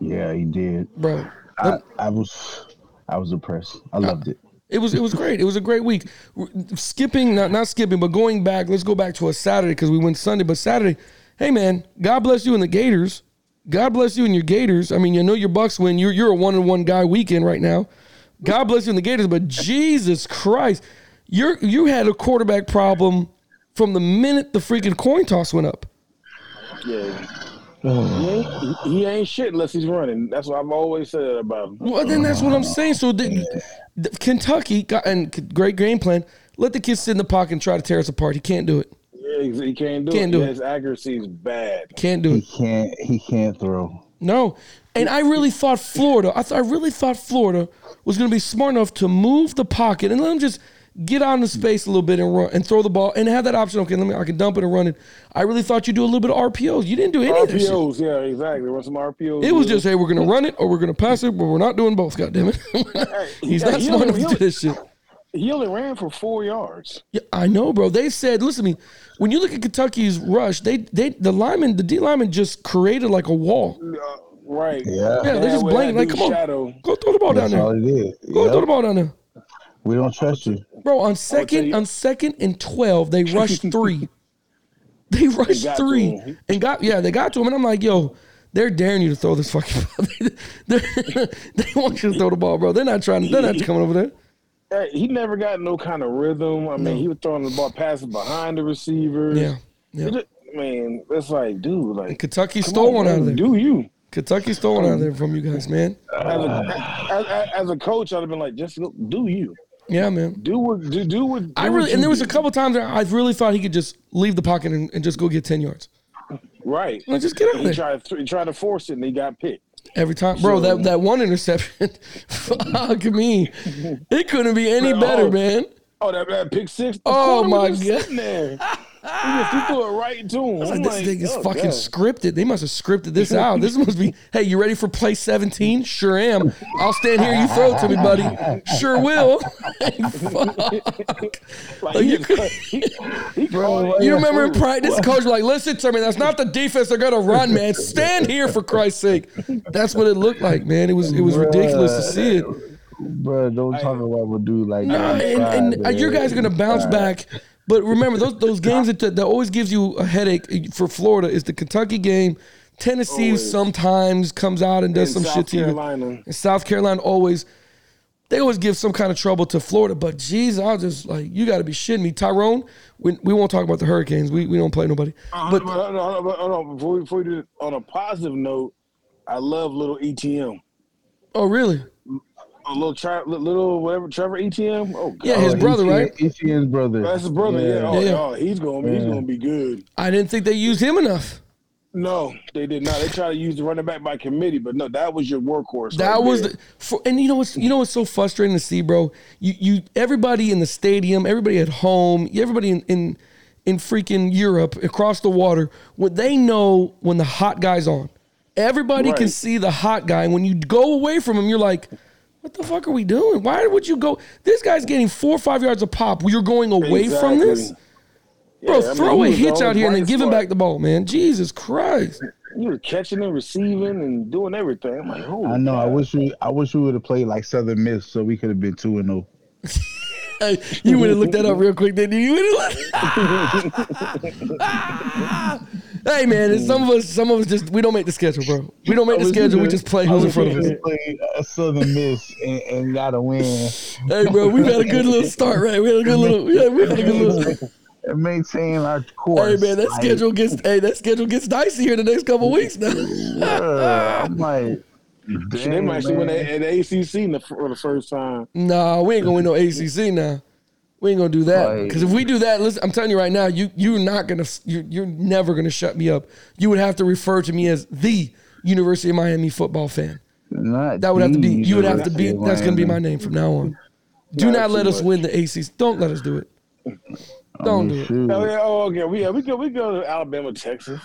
Speaker 6: Yeah, he did.
Speaker 4: bro.
Speaker 6: I, I was, I was impressed. I loved it.
Speaker 4: It was it was great. It was a great week. Skipping not not skipping, but going back. Let's go back to a Saturday because we went Sunday, but Saturday. Hey man, God bless you and the Gators. God bless you and your Gators. I mean, you know your Bucks win. You're you're a one and one guy weekend right now. God bless you and the Gators, but Jesus Christ, you are you had a quarterback problem from the minute the freaking coin toss went up.
Speaker 5: Yeah. he, ain't, he- he ain't shit unless he's running. That's what I've always said about him.
Speaker 4: Well, then that's what I'm saying. So the, the- Kentucky got and great game plan. Let the kid sit in the pocket and try to tear us apart. He can't do it.
Speaker 5: Yeah, he, he can't do
Speaker 4: Can't do
Speaker 5: it. Yeah,
Speaker 4: it.
Speaker 5: His accuracy is bad.
Speaker 4: Can't do it.
Speaker 6: He can't. He can't throw.
Speaker 4: No. And I really thought Florida, I, thought I really thought Florida was going to be smart enough to move the pocket and let them just get out into space a little bit and run and throw the ball and have that option. Okay, let me, I can dump it and run it. I really thought you do a little bit of RPOs. You didn't do any of that shit.
Speaker 5: RPOs, yeah, exactly. Run some RPOs.
Speaker 4: It was just, hey, we're going to run it or we're going to pass it, but we're not doing both, goddammit. He's
Speaker 5: yeah,
Speaker 4: not
Speaker 5: he
Speaker 4: smart
Speaker 5: only-
Speaker 4: enough to
Speaker 5: he
Speaker 4: do
Speaker 5: only-
Speaker 4: this shit.
Speaker 5: he only ran for four yards.
Speaker 4: Yeah, I know, bro. They said, listen to me, when you look at Kentucky's rush, they, they the lineman, the D lineman just created like a wall.
Speaker 5: Uh, right.
Speaker 6: Yeah.
Speaker 4: Yeah, they
Speaker 5: Yeah,
Speaker 4: just
Speaker 5: with
Speaker 4: blank.
Speaker 5: that
Speaker 4: Like,
Speaker 5: dude's
Speaker 4: come on.
Speaker 5: shadow.
Speaker 4: Go throw the ball
Speaker 6: That's all
Speaker 4: down there.
Speaker 6: it is.
Speaker 4: Go
Speaker 6: Yep.
Speaker 4: throw the ball down there.
Speaker 6: We don't trust you.
Speaker 4: Bro, on
Speaker 5: tell
Speaker 4: second
Speaker 5: you-
Speaker 4: on second and twelve, they rushed three. they rushed
Speaker 5: got to
Speaker 4: three
Speaker 5: him.
Speaker 4: and got yeah, they got to him, and I'm like, yo, they're daring you to throw this fucking. Ball. they they want you to throw the ball, bro. They're not trying. They're not coming over there.
Speaker 5: Hey, he never got no kind of rhythm. I mean, he was throwing the ball passing behind the receiver.
Speaker 4: Yeah,
Speaker 5: It
Speaker 4: yeah.
Speaker 5: just- Man, it's like, dude, like
Speaker 4: Kentucky
Speaker 5: come
Speaker 4: stole
Speaker 5: on,
Speaker 4: one out of
Speaker 5: man,
Speaker 4: there.
Speaker 5: Do you?
Speaker 4: Kentucky stole one out of there from you guys, man.
Speaker 5: As
Speaker 4: Ah.
Speaker 5: a, as, as- as a coach, I'd have been like, just look, do you?
Speaker 4: Yeah, man.
Speaker 5: Do what? Do, do what? do
Speaker 4: I
Speaker 5: what
Speaker 4: really
Speaker 5: you
Speaker 4: and there was
Speaker 5: do.
Speaker 4: a couple times where I really thought he could just leave the pocket and, and just go get ten yards.
Speaker 5: right.
Speaker 4: Like, just get out
Speaker 5: He
Speaker 4: there.
Speaker 5: tried, to- he tried to force it, and he got picked.
Speaker 4: Every time, bro, that,
Speaker 5: So-
Speaker 4: that one interception, fuck me, it couldn't be any
Speaker 5: Bro.
Speaker 4: better, man.
Speaker 5: Oh, that, that pick six. the
Speaker 4: Oh,
Speaker 5: corner
Speaker 4: my
Speaker 5: was just
Speaker 4: God.
Speaker 5: sitting there. He just he threw it right into him.
Speaker 4: I was
Speaker 5: I'm
Speaker 4: like, this
Speaker 5: like,
Speaker 4: thing is
Speaker 5: oh,
Speaker 4: fucking
Speaker 5: God.
Speaker 4: scripted. They must have scripted this out. This must be, hey, you ready for play 17? Sure am. I'll stand here. You throw it to me, buddy. Sure will. Fuck.
Speaker 5: Like,
Speaker 4: Like,
Speaker 5: he
Speaker 4: Oh, you
Speaker 5: just
Speaker 4: could-
Speaker 5: cut- he- he
Speaker 6: Oh,
Speaker 5: called it
Speaker 4: You
Speaker 5: out.
Speaker 4: remember in practice, coach, like, listen to me. That's not the defense they're gonna run, man. Stand here for Christ's sake. That's what it looked like, man. It was it was ridiculous to see it.
Speaker 7: Bro, don't talk about what dude like
Speaker 4: No,
Speaker 7: that.
Speaker 4: and, and uh,
Speaker 7: Nah,
Speaker 4: your
Speaker 7: man.
Speaker 4: guys are gonna bounce back. But remember those those games that that always gives you a headache for Florida is the Kentucky game. Tennessee
Speaker 5: Always.
Speaker 4: sometimes comes out and does
Speaker 5: In
Speaker 4: some
Speaker 5: South
Speaker 4: shit to you.
Speaker 5: Carolina.
Speaker 4: And South Carolina always they always give some kind of trouble to Florida. But geez, I was just like, you got to be shitting me, Tyrone. We, we won't talk about the Hurricanes. We, we don't play nobody.
Speaker 5: Uh,
Speaker 4: But
Speaker 5: but hold on, hold on, hold on. Before, we- before we do, it, on a positive note, I love little ETM.
Speaker 4: oh really?
Speaker 5: A little, tri- little whatever, Trevor ETM. Oh God,
Speaker 4: Yeah, his brother, right?
Speaker 7: Etienne's brother.
Speaker 5: that's his brother. Yeah, oh,
Speaker 4: Yeah.
Speaker 5: God, he's gonna, he's gonna be good.
Speaker 4: I didn't think they used him enough.
Speaker 5: No, they did not. They tried to use the running back by committee, but no, that was your workhorse.
Speaker 4: That
Speaker 5: right
Speaker 4: was
Speaker 5: there.
Speaker 4: the, for, and you know what's you know what's so frustrating to see, bro. You you everybody in the stadium, everybody at home, everybody in in, in freaking Europe across the water, when they know when the hot guy's on, everybody can
Speaker 5: Right.
Speaker 4: see the hot guy. And when you go away from him, you're like, what the fuck are we doing? Why would you go? This guy's getting four or five yards of pop. You're going away from this. Bro,
Speaker 5: Yeah, I mean,
Speaker 4: throw
Speaker 5: he
Speaker 4: a
Speaker 5: was
Speaker 4: hitch
Speaker 5: the
Speaker 4: out here and then
Speaker 5: bright
Speaker 4: give him
Speaker 5: spot.
Speaker 4: back the ball, man. Jesus Christ.
Speaker 5: You were catching and receiving and doing everything. I'm like, oh,
Speaker 6: I know. I wish we. I wish we would have played like Southern Miss, so we could have been two and oh. zero.
Speaker 4: Hey, you would have looked that up real quick, didn't you? You would have looked. hey man, it's some of us, some of us just we don't make the schedule, bro. We don't
Speaker 6: Oh,
Speaker 4: make the schedule. We just play who's in front of us.
Speaker 6: Played uh, Southern Miss and, and got a win
Speaker 4: Hey, bro, we had a good little start, right? We had a good little, we had, we had a good little.
Speaker 6: and maintain our course.
Speaker 4: Hey man, that
Speaker 6: Like,
Speaker 4: schedule gets, hey, that schedule gets dicey here in the next couple weeks now.
Speaker 6: bruh, I'm like,
Speaker 5: Shit, they
Speaker 6: damn,
Speaker 5: might actually win
Speaker 6: man.
Speaker 5: at, at ACC in the, for the first time.
Speaker 4: Nah, we ain't gonna win no ACC now. We ain't gonna do that because if we do that, listen, I'm telling you right now, you you're not gonna you're, you're never gonna shut me up. You would have to refer to me as the University of Miami football fan.
Speaker 6: Not
Speaker 4: That would have to be
Speaker 6: the
Speaker 4: you would have to be
Speaker 6: University of
Speaker 4: that's gonna be my
Speaker 6: Miami.
Speaker 4: name from now on. Do not let us win the ACC. Don't let us do it. Don't do it.
Speaker 6: Shoot.
Speaker 5: Oh yeah, oh okay, we yeah, we go we go to Alabama, Texas.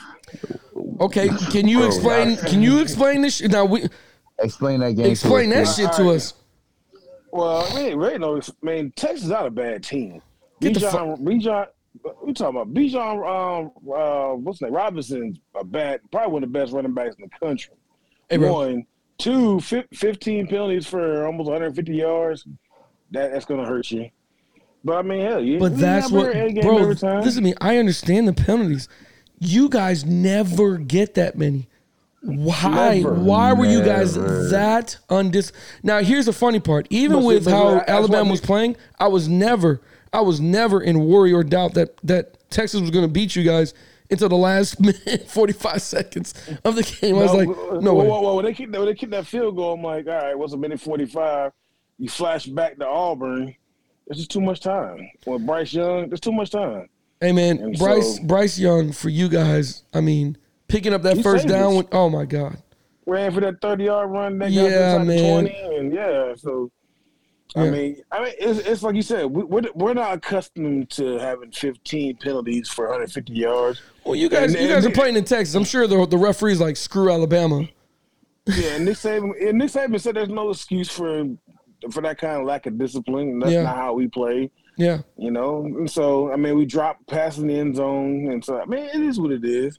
Speaker 4: Okay, can you explain? Can you explain this? Sh- now we
Speaker 6: Explain that game. to
Speaker 4: explain
Speaker 6: us,
Speaker 4: that shit
Speaker 6: please.
Speaker 4: to us.
Speaker 5: Well, we ain't really no man. Texas not a bad team.
Speaker 4: Get the
Speaker 5: Bijan, Bijan, we talking about Bijan. Um, uh, what's his name? Robinson's a bad, probably one of the best running backs in the country.
Speaker 4: Hey, bro.
Speaker 5: One, two, fif- 15 penalties for almost 150 yards. That that's gonna hurt you. But I mean, hell, you.
Speaker 4: But
Speaker 5: we
Speaker 4: that's
Speaker 5: never
Speaker 4: what,
Speaker 5: in a game
Speaker 4: bro.
Speaker 5: every time.
Speaker 4: Listen to me. I understand the penalties. You guys never get that many. Why?
Speaker 5: Never.
Speaker 4: why were you guys that undis? Now here's the funny part. Even
Speaker 5: But see,
Speaker 4: with
Speaker 5: but
Speaker 4: how
Speaker 5: that's why
Speaker 4: Alabama
Speaker 5: we-
Speaker 4: was playing, I was never, I was never in worry or doubt that that Texas was going to beat you guys until the last minute, 45 seconds of the game. I was like,
Speaker 5: whoa,
Speaker 4: no
Speaker 5: whoa,
Speaker 4: way.
Speaker 5: Whoa, whoa, When they kicked, that- when they kicked that field goal, I'm like, all right, what's a minute 45? You flash back to Auburn. This is too much time. With Bryce Young, there's too much time.
Speaker 4: Hey man,
Speaker 5: And
Speaker 4: Bryce
Speaker 5: so-
Speaker 4: Bryce Young for you guys. I mean, picking up that
Speaker 5: He
Speaker 4: first
Speaker 5: saved
Speaker 4: down.
Speaker 5: us.
Speaker 4: When, oh my god.
Speaker 5: Ran for that 30 yard run. That got
Speaker 4: Yeah,
Speaker 5: us inside the
Speaker 4: man.
Speaker 5: 20, and yeah, so.
Speaker 4: Yeah.
Speaker 5: I mean, I mean, it's, it's like you said. We, we're, we're not accustomed to having 15 penalties for 150 yards.
Speaker 4: Well, you guys,
Speaker 5: And-
Speaker 4: you guys are
Speaker 5: and-
Speaker 4: playing in Texas. I'm sure the the referees like screw Alabama.
Speaker 5: Yeah, and Nick Saban, and Nick Saban said there's no excuse for for that kind of lack of discipline. and That's
Speaker 4: Yeah.
Speaker 5: not how we play.
Speaker 4: Yeah,
Speaker 5: you know. And so I mean, we dropped passing the end zone, and so I mean, it is what it is.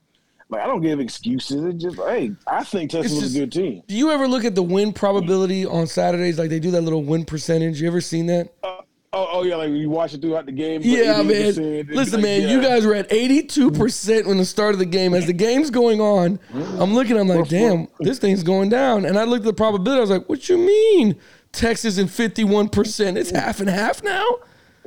Speaker 5: Like I don't give excuses. It just hey, I think Texas
Speaker 4: It's
Speaker 5: was
Speaker 4: just-
Speaker 5: a good team.
Speaker 4: Do you ever look at the win probability on Saturdays? Like they do that little win percentage. You ever seen that?
Speaker 5: Uh, oh, oh yeah, like you watch it throughout the game. but
Speaker 4: yeah,
Speaker 5: 88%,
Speaker 4: man.
Speaker 5: it'd be
Speaker 4: Listen,
Speaker 5: like,
Speaker 4: man,
Speaker 5: yeah.
Speaker 4: you guys were at 82% when the start of the game. As the game's going on, I'm looking, I'm like, damn, this thing's going down. And I looked at the probability. I was like, what you mean? Texas in 51%. It's half and half now?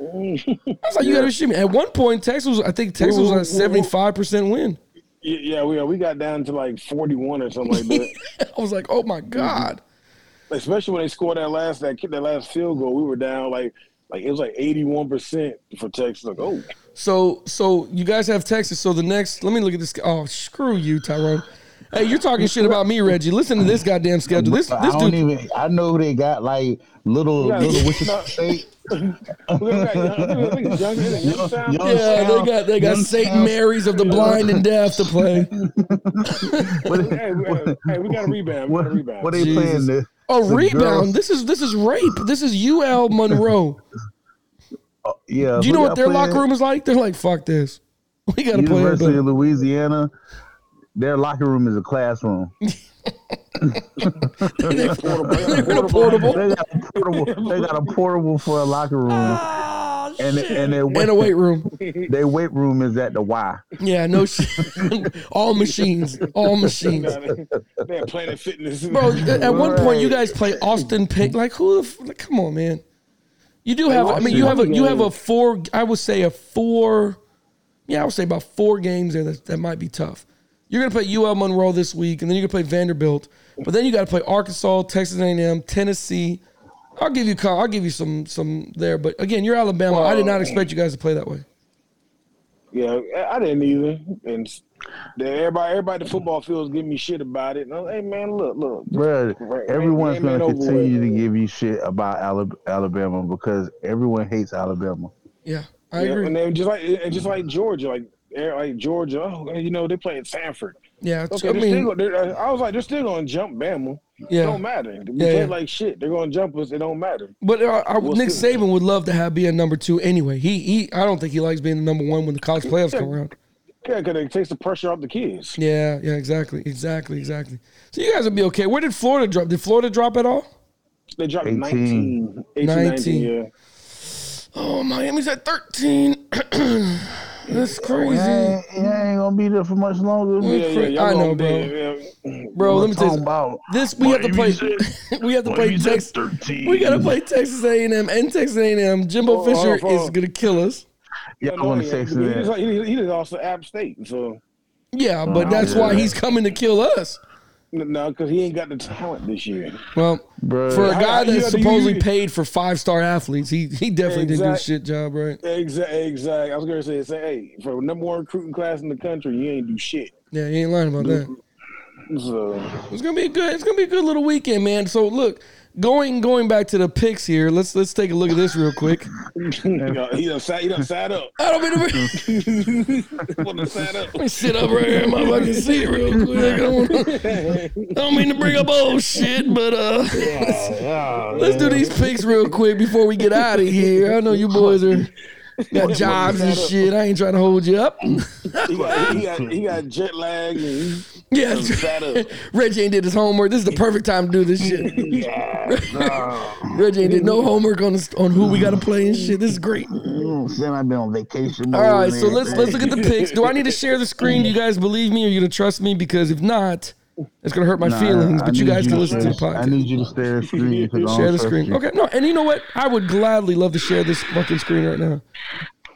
Speaker 4: I was like, you gotta be shitting me. At one point, Texas was, I think Texas was on a 75% win.
Speaker 5: Y- yeah, we we got down to like forty one or something like that.
Speaker 4: I was like, oh my God.
Speaker 5: Especially when they scored that last that kick that last field goal, we were down like like it was like eighty one percent for Texas. Like oh,
Speaker 4: So so you guys have Texas. So the next, let me look at this. Oh, screw you, Tyrone. Hey, you're talking shit about me, Reggie. Listen to this goddamn schedule. This
Speaker 6: I
Speaker 4: this
Speaker 6: don't
Speaker 4: dude.
Speaker 6: even. I know they got like little
Speaker 5: Yeah,
Speaker 6: little
Speaker 5: you-
Speaker 6: Wichita State.
Speaker 5: Look at that. Youngstown.
Speaker 6: Young-
Speaker 4: yeah, they
Speaker 6: Youngstown-
Speaker 4: got they got Saint
Speaker 6: Youngstown-
Speaker 4: Mary's of the blind and deaf to play.
Speaker 5: Hey, we- hey, hey, we got a rebound. We
Speaker 6: What,
Speaker 5: got a rebound.
Speaker 6: what are they
Speaker 4: Jesus.
Speaker 6: playing? The,
Speaker 4: A
Speaker 6: The
Speaker 4: Oh, rebound.
Speaker 6: girls-
Speaker 4: This is this is rape. This is UL Monroe.
Speaker 6: yeah.
Speaker 4: Do you know
Speaker 6: who y'all
Speaker 4: what their
Speaker 6: playing?
Speaker 4: locker room is like? They're like, fuck this. We gotta play our
Speaker 6: University
Speaker 4: best.
Speaker 6: of Louisiana. Their locker room is a classroom.
Speaker 4: They're portable
Speaker 6: They got a portable. they got a portable for a locker room, and and their
Speaker 4: Ah, and a
Speaker 6: weight,
Speaker 4: weight room.
Speaker 6: their weight room is at the Y.
Speaker 4: Yeah, no shit. all machines, all machines.
Speaker 5: They're Planet Fitness.
Speaker 4: Bro, at one point you
Speaker 6: Right.
Speaker 4: guys play Austin Pick. Like who? The f- like, come on, man. You do have. I mean, you have a you have a four. I would say a four. Yeah, I would say about four games there that, that might be tough. You're gonna play UL Monroe this week, and then you're gonna play Vanderbilt. But then you got to play Arkansas, Texas A&M, Tennessee. I'll give you co- I'll give you some some there, but again, you're Alabama. I did not expect you guys to play that way.
Speaker 5: Yeah, I- I didn't either. And s- then everybody, everybody, at the football field was giving me shit about it. And I was, hey man, look, look,
Speaker 6: Bro,
Speaker 5: Right,
Speaker 6: everyone's
Speaker 5: right, man,
Speaker 6: going to
Speaker 5: over with.
Speaker 6: continue to give you shit about Ala- Alabama because everyone hates Alabama.
Speaker 4: Yeah, I
Speaker 5: Yeah,
Speaker 4: agree.
Speaker 5: and then just like and just like Georgia, like eh, like Georgia, oh, you know they playing Sanford.
Speaker 4: Yeah, it's-
Speaker 5: Okay,
Speaker 4: I
Speaker 5: they're still
Speaker 4: mean,
Speaker 5: gonna- they're- uh, I was like, they're still gonna jump Bama. It
Speaker 4: yeah.
Speaker 5: don't matter. We
Speaker 4: Yeah,
Speaker 5: play
Speaker 4: yeah.
Speaker 5: like shit. They're gonna jump us. It don't matter.
Speaker 4: But I, I,
Speaker 5: We'll
Speaker 4: Nick
Speaker 5: see.
Speaker 4: Saban would love to have be a number two anyway. He, he I don't think he likes being the number one when the college playoffs come around.
Speaker 5: Yeah, because it takes the pressure off the kids.
Speaker 4: Yeah, yeah, exactly, exactly, exactly. So you guys will be okay. Where did Florida drop? Did Florida drop at all?
Speaker 5: They dropped
Speaker 6: 18.
Speaker 5: 19, 18, 19. Yeah,
Speaker 4: Oh, Miami's at thirteen. That's crazy,
Speaker 6: Yeah, ain't, I ain't going to be there for much longer.
Speaker 5: yeah, yeah. y'all
Speaker 4: I know,
Speaker 5: gonna
Speaker 4: bro.
Speaker 5: be- yeah.
Speaker 4: bro. Oh, Let me tell
Speaker 6: Talking
Speaker 4: you
Speaker 6: about
Speaker 4: this. We have to play. we have to play Texas. We gotta play Texas A and M and Texas A and M. Jimbo
Speaker 5: Oh,
Speaker 4: Fisher
Speaker 5: oh, oh.
Speaker 4: is gonna kill us.
Speaker 6: y'all want to say
Speaker 5: He was
Speaker 6: that.
Speaker 5: like- He he was also App State, so
Speaker 4: Yeah, but
Speaker 6: Oh,
Speaker 4: that's
Speaker 6: yeah.
Speaker 4: why he's coming to kill us.
Speaker 5: no, because he ain't got the talent this year.
Speaker 4: Well,
Speaker 6: Bro,
Speaker 4: for a
Speaker 5: I-
Speaker 4: guy
Speaker 5: I-
Speaker 4: that's
Speaker 5: you gotta- you-
Speaker 4: supposedly
Speaker 5: you-
Speaker 4: paid for five star athletes, he he definitely did do a
Speaker 5: Exact-
Speaker 4: shit job, right?
Speaker 5: Exactly. Exactly. I was gonna say, say, hey, for number one recruiting class in the country, you ain't do shit.
Speaker 4: Yeah, he ain't lying about that.
Speaker 5: So
Speaker 4: It's gonna be a good. It's gonna be a good little weekend, man. So look, going going back to the picks here. Let's let's take a look at this real quick.
Speaker 5: you know, he done sat, he done sat up.
Speaker 4: I don't mean to be-
Speaker 5: Put him sat up.
Speaker 4: let me sit up right here in my fucking seat real quick. I don't, wanna, I don't mean to bring up old shit, but uh, let's do these picks real quick before we get out of here. I know you boys are got jobs and shit. I ain't trying to hold you up.
Speaker 5: He got, he got, he got jet lag and he
Speaker 4: Yeah,
Speaker 5: sat up.
Speaker 4: Reggie ain't did his homework. This is the perfect time to do this shit. Reggie ain't did no homework on this, on who we got to play and shit. This is great.
Speaker 6: saying I've been on vacation.
Speaker 4: All right, so let's let's look at the picks. Do I need to share the screen? Do you guys believe me? Are you gonna trust me? Because if not, it's gonna hurt my feelings. But you guys can listen to the
Speaker 6: I
Speaker 4: podcast.
Speaker 6: need you to stare at the screen. 'cause I don't
Speaker 4: Share the
Speaker 6: trust
Speaker 4: screen.
Speaker 6: you.
Speaker 4: Okay, no, and you know what? I would gladly love to share this fucking screen right now.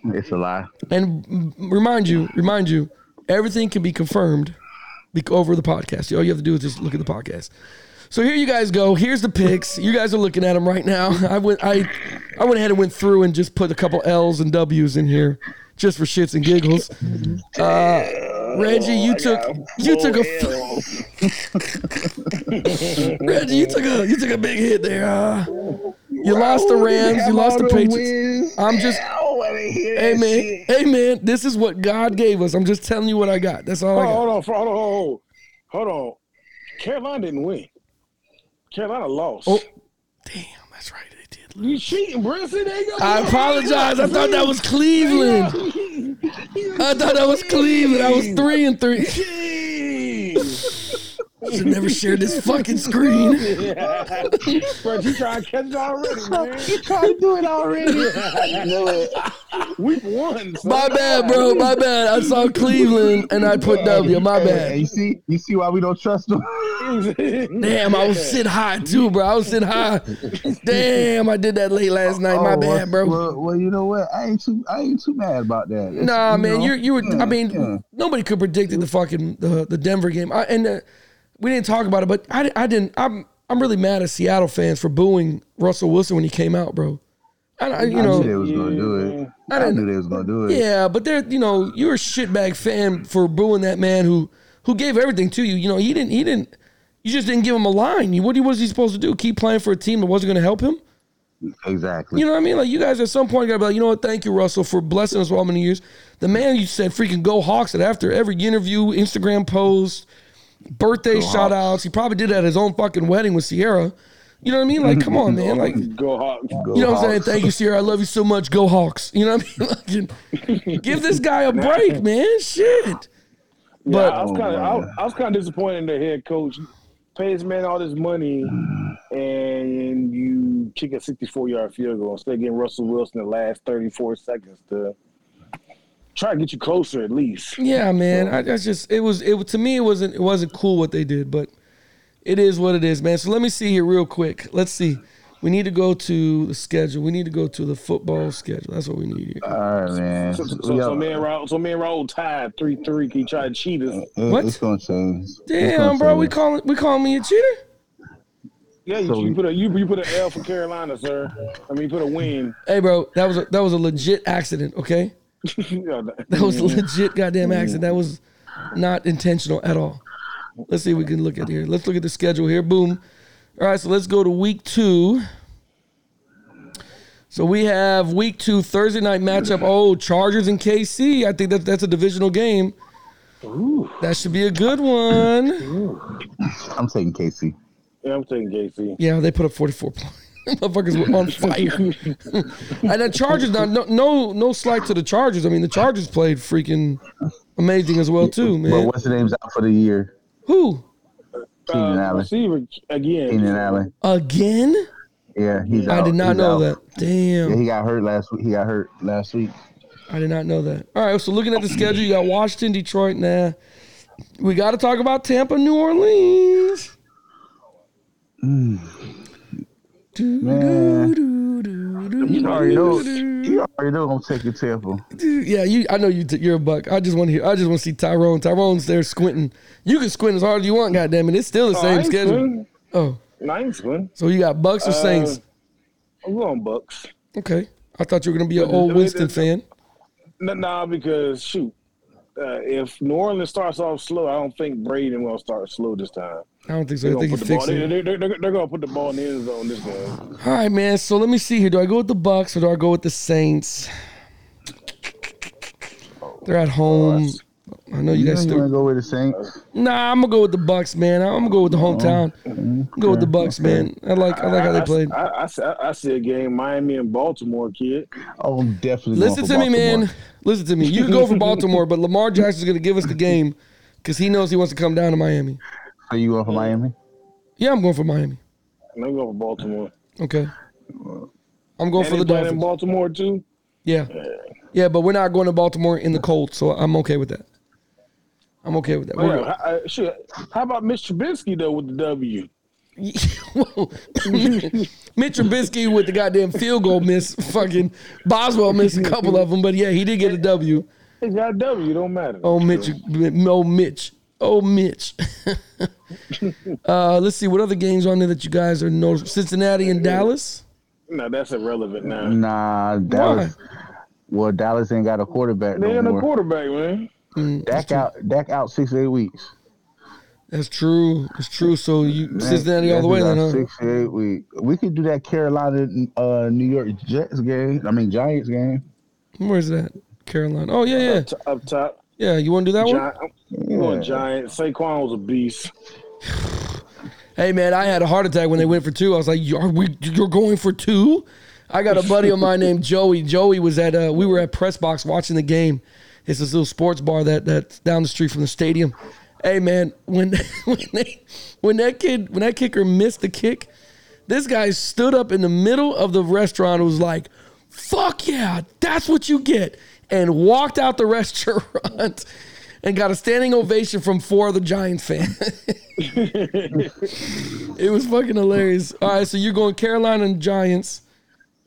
Speaker 6: It's a lie.
Speaker 4: And m- remind you, remind you, everything can be confirmed be- over the podcast. All you have to do is just look at the podcast. So here you guys go. Here's the picks. You guys are looking at them right now. I went, I, I went ahead and went through and just put a couple L's and W's in here, just for shits and giggles. Uh, Reggie, you took you took a Reggie, you took a you took a big hit there. Uh, you lost the Rams. You lost the Patriots. I'm just. Amen. Amen. This is what God gave us. I'm just telling you what I got. That's all I
Speaker 5: Hold
Speaker 4: got.
Speaker 5: on, hold on, hold on, hold on, hold on. Carolina didn't win. Carolina lost.
Speaker 4: Oh. Damn, that's right. They did. lose.
Speaker 5: You cheating, Brinson? There you go.
Speaker 4: I apologize. I thought that was Cleveland. I thought that was Cleveland. I was three and three.
Speaker 5: Jeez.
Speaker 4: Should never share this fucking screen.
Speaker 5: Bro, you trying to catch it already, man.
Speaker 6: Trying to do it already.
Speaker 5: We've won. son.
Speaker 4: My bad, bro. My bad. I saw Cleveland and I put W. My
Speaker 6: Hey, you
Speaker 4: bad.
Speaker 6: see, you see why we don't trust them.
Speaker 4: Damn, I was sitting high too, bro. I was sitting high. Damn, I did that late last night. My
Speaker 6: Oh, well,
Speaker 4: bad, bro.
Speaker 6: Well, well, you know what? I ain't too, I ain't too mad about that. It's-
Speaker 4: Nah, man,
Speaker 6: know,
Speaker 4: you you were. I
Speaker 6: yeah,
Speaker 4: mean,
Speaker 6: yeah.
Speaker 4: nobody could predict the fucking the, the Denver game, I, and uh, we didn't talk about it. But I, di- I didn't. I'm I'm really mad at Seattle fans for booing Russell Wilson when he came out, bro. I, I you
Speaker 6: I knew they
Speaker 4: know,
Speaker 6: was gonna do it.
Speaker 4: I
Speaker 6: I
Speaker 4: didn't-
Speaker 6: knew they was gonna do it.
Speaker 4: yeah, but they're you know you're a shitbag fan for booing that man who who gave everything to you. You know, he didn't. He didn't. You just didn't give him a line. You- What he was he supposed to do? Keep playing for a team that wasn't going to help him?
Speaker 6: Exactly.
Speaker 4: You know what I mean? Like you guys at some point gotta be like, you know what? Thank you, Russell, for blessing us for all many years. The man you said freaking go Hawks. And after every interview, Instagram post, birthday shout outs, he probably did it at his own fucking wedding with Sierra. You know what I mean? Like, come on, man. Like, you
Speaker 5: Go Hawks.
Speaker 6: Go
Speaker 4: know what I'm saying?
Speaker 6: Hawks.
Speaker 4: Thank you, Sierra. I love you so much. Go Hawks. You know what I mean? Like, give this guy a break, man. Shit.
Speaker 5: Yeah,
Speaker 4: But
Speaker 5: I
Speaker 6: Oh,
Speaker 5: was kind of I, I was kind of disappointed in the head coach. You pay this man all this money, and you kick a 64 yard field goal instead of getting Russell Wilson the last 34 seconds to try to get you closer at least.
Speaker 4: Yeah, man. I, that's just it was it to me it wasn't it wasn't cool what they did, but it is what it is, man. So let me see here real quick. Let's see. We need to go to the schedule. We need to go to the football schedule. That's what we need here.
Speaker 6: All right, man.
Speaker 5: So, so,
Speaker 6: We
Speaker 5: so
Speaker 6: up-
Speaker 5: me and Raul, so me and Raul tied three three. He tried to cheat us.
Speaker 6: it-
Speaker 4: What?
Speaker 6: It's gonna change. It's
Speaker 4: Damn,
Speaker 6: gonna
Speaker 4: bro, we
Speaker 6: change.
Speaker 4: calling we calling me a cheater?
Speaker 5: Yeah, you, you put a you, you put an L for Carolina, sir. I mean, you put a win.
Speaker 4: Hey, bro, that was a, that was a legit accident. Okay, that was a legit goddamn accident. That was not intentional at all. Let's see. What we can look at here. Let's look at the schedule here. Boom. All right, so let's go to week two. So we have week two Thursday night matchup. Oh, Chargers and KC. I think that that's a divisional game. That should be a good one.
Speaker 6: I'm saying Casey.
Speaker 5: yeah, I'm taking JC.
Speaker 4: Yeah, they put up forty four points. Motherfuckers were on fire. and the Chargers now no no no slight to the Chargers. I mean the Chargers played freaking amazing as well too,
Speaker 6: But
Speaker 4: man.
Speaker 6: what's the name's out for the year?
Speaker 4: Who?
Speaker 6: Keenan
Speaker 5: Uh,
Speaker 6: Allen.
Speaker 5: receiver again.
Speaker 6: Keenan Allen.
Speaker 4: Again?
Speaker 6: Yeah, he's out.
Speaker 4: I did not
Speaker 6: He's
Speaker 4: know
Speaker 6: out.
Speaker 4: that. Damn.
Speaker 6: Yeah, he got hurt last week. He got hurt last week.
Speaker 4: I did not know that. All right, so looking at the schedule, you got Washington, Detroit. Nah, we got to talk about Tampa, New Orleans.
Speaker 5: Mm.
Speaker 4: Do,
Speaker 6: Man.
Speaker 4: do, do, do,
Speaker 6: You already know.
Speaker 4: do,
Speaker 6: You already know I'm taking Temple.
Speaker 4: do. Yeah, you. I know you. T- you're a buck. I just want to hear. I just want to see Tyrone. Tyrone's there squinting. You can squint as hard as you want. Goddamn it, it's still the same
Speaker 5: Ninth
Speaker 4: schedule.
Speaker 5: win.
Speaker 4: Oh,
Speaker 5: Ninth win.
Speaker 4: so you got Bucks or
Speaker 5: Uh,
Speaker 4: Saints?
Speaker 5: I'm going Bucks.
Speaker 4: Okay, I thought you were gonna be an
Speaker 5: but-
Speaker 4: old
Speaker 5: but-
Speaker 4: Winston
Speaker 5: but-
Speaker 4: fan.
Speaker 5: No, nah, because shoot, uh, if New Orleans starts off slow, I don't think Braden will start slow this time.
Speaker 4: I don't think so.
Speaker 5: They're
Speaker 4: I
Speaker 5: gonna
Speaker 4: think
Speaker 5: put
Speaker 4: he
Speaker 5: the ball.
Speaker 4: fixed
Speaker 5: They,
Speaker 4: it.
Speaker 5: they, they're, they're gonna put the ball in the end zone this game.
Speaker 4: All right, man. So let me see here. Do I go with the Bucks or do I go with the Saints? They're at home. I know you
Speaker 6: You know
Speaker 4: guys
Speaker 6: you want
Speaker 4: still.
Speaker 6: to go with the Saints?
Speaker 4: Nah, I'm gonna go with the Bucks, man. I'm gonna go with the hometown. I'm gonna go with the Bucks, man. I like I like how they played.
Speaker 5: I, I, I, I see a game Miami and Baltimore, kid.
Speaker 6: Oh, I'm definitely. going
Speaker 4: Listen
Speaker 6: for
Speaker 4: to me,
Speaker 6: Baltimore.
Speaker 4: man. Listen to me. You can go for Baltimore, but Lamar Jackson's gonna give us the game because he knows he wants to come down to Miami.
Speaker 6: So you going for Miami?
Speaker 4: Yeah, I'm going for Miami.
Speaker 5: And I'm going for Baltimore.
Speaker 4: Okay. I'm going
Speaker 5: And
Speaker 4: for
Speaker 5: they
Speaker 4: the
Speaker 5: playing in
Speaker 4: Dolphins.
Speaker 5: Baltimore too.
Speaker 4: Yeah. Yeah, but we're not going to Baltimore in the cold, so I'm okay with that. I'm okay with that. We're
Speaker 5: Yeah, I, I, uh, shoot, how about Mitch Trubisky though with the W?
Speaker 4: Whoa. Mitch Trubisky with the goddamn field goal miss. Fucking Boswell missed a couple of them, but yeah, he did get a W.
Speaker 5: He got a W. It don't matter.
Speaker 4: Oh Mitch, oh Mitch, oh Mitch. uh, let's see what other games on there that you guys are noticing. Cincinnati and Dallas.
Speaker 5: No, that's irrelevant now.
Speaker 4: Mm-hmm.
Speaker 6: Nah, Dallas. Well, Dallas ain't got a quarterback
Speaker 5: They
Speaker 6: no
Speaker 5: ain't a
Speaker 6: more.
Speaker 5: quarterback, man.
Speaker 4: Mm,
Speaker 6: Dak out. Dak out six to eight weeks.
Speaker 4: That's true. That's true. So you Cincinnati all the way then,
Speaker 6: That's
Speaker 4: huh?
Speaker 6: about Six to eight week. We could do that Carolina, uh, New York Jets game. I mean Giants game.
Speaker 4: Where's that? Carolina. Oh yeah, yeah, Oh.
Speaker 5: T- up top,
Speaker 4: yeah. You want to do that one?
Speaker 5: Giant, I'm going Giant. Saquon was a beast.
Speaker 4: Hey man, I had a heart attack when they went for two. I was like, "You- "Are we? You're going for two? I got a buddy of mine named Joey. Joey was at uh, we were at press box watching the game. It's this little sports bar that that's down the street from the stadium. Hey man, when when they, when that kid when that kicker missed the kick, this guy stood up in the middle of the restaurant and was like, fuck yeah, that's what you get. And walked out the restaurant and got a standing ovation from four other Giants fans. it was fucking hilarious. All right, so you're going Carolina and Giants.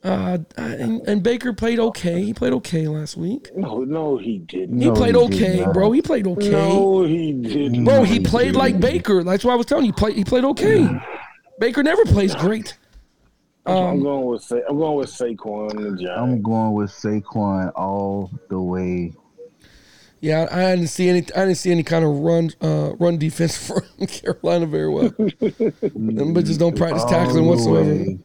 Speaker 4: Uh, and, and Baker played okay. He played okay last week.
Speaker 5: No, no, he didn't.
Speaker 4: He
Speaker 6: No,
Speaker 4: played
Speaker 6: he did
Speaker 4: okay,
Speaker 6: not.
Speaker 4: bro. He played okay.
Speaker 5: No, he didn't.
Speaker 4: Bro,
Speaker 6: No,
Speaker 4: he
Speaker 6: he
Speaker 4: played
Speaker 6: didn't.
Speaker 4: like Baker. That's why I was telling you. He played, he played okay. Baker never plays great.
Speaker 5: I'm going with Sa- I'm going with Saquon and the
Speaker 6: I'm
Speaker 5: Giants.
Speaker 6: going with Saquon all the way.
Speaker 4: Yeah, I, I didn't see any. I didn't see any kind of run uh, run defense from Carolina very well. Them bitches don't practice tackling whatsoever.
Speaker 6: Oh, Way.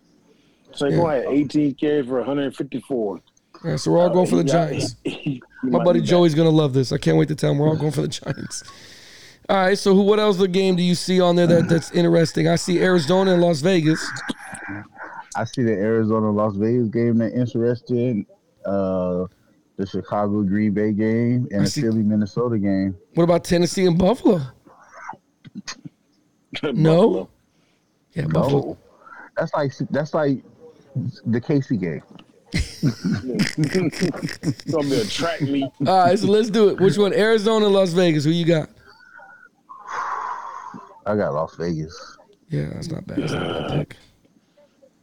Speaker 5: Saquon had 18 carries for 154.
Speaker 4: All right, so we're all going for the
Speaker 5: He got-
Speaker 4: Giants.
Speaker 5: he
Speaker 4: My
Speaker 5: might
Speaker 4: buddy
Speaker 5: be back.
Speaker 4: Joey's gonna love this. I can't wait to tell him we're all going for the Giants. All right, so who? What else the game do you see on there that, that's interesting? I see Arizona and Las Vegas.
Speaker 6: I see the Arizona Las Vegas game that interesting. Uh, the Chicago Green Bay game
Speaker 4: I
Speaker 6: and the
Speaker 4: see-
Speaker 6: Philly Minnesota game.
Speaker 4: What about Tennessee and Buffalo? No. Yeah, Buffalo.
Speaker 6: Oh, that's like that's like the KC game.
Speaker 5: It's gonna be a track meet.
Speaker 4: All right, so let's do it. Which one? Arizona, Las Vegas. Who you got?
Speaker 6: I got Las Vegas.
Speaker 4: Yeah, that's not bad. That's not a bad pick.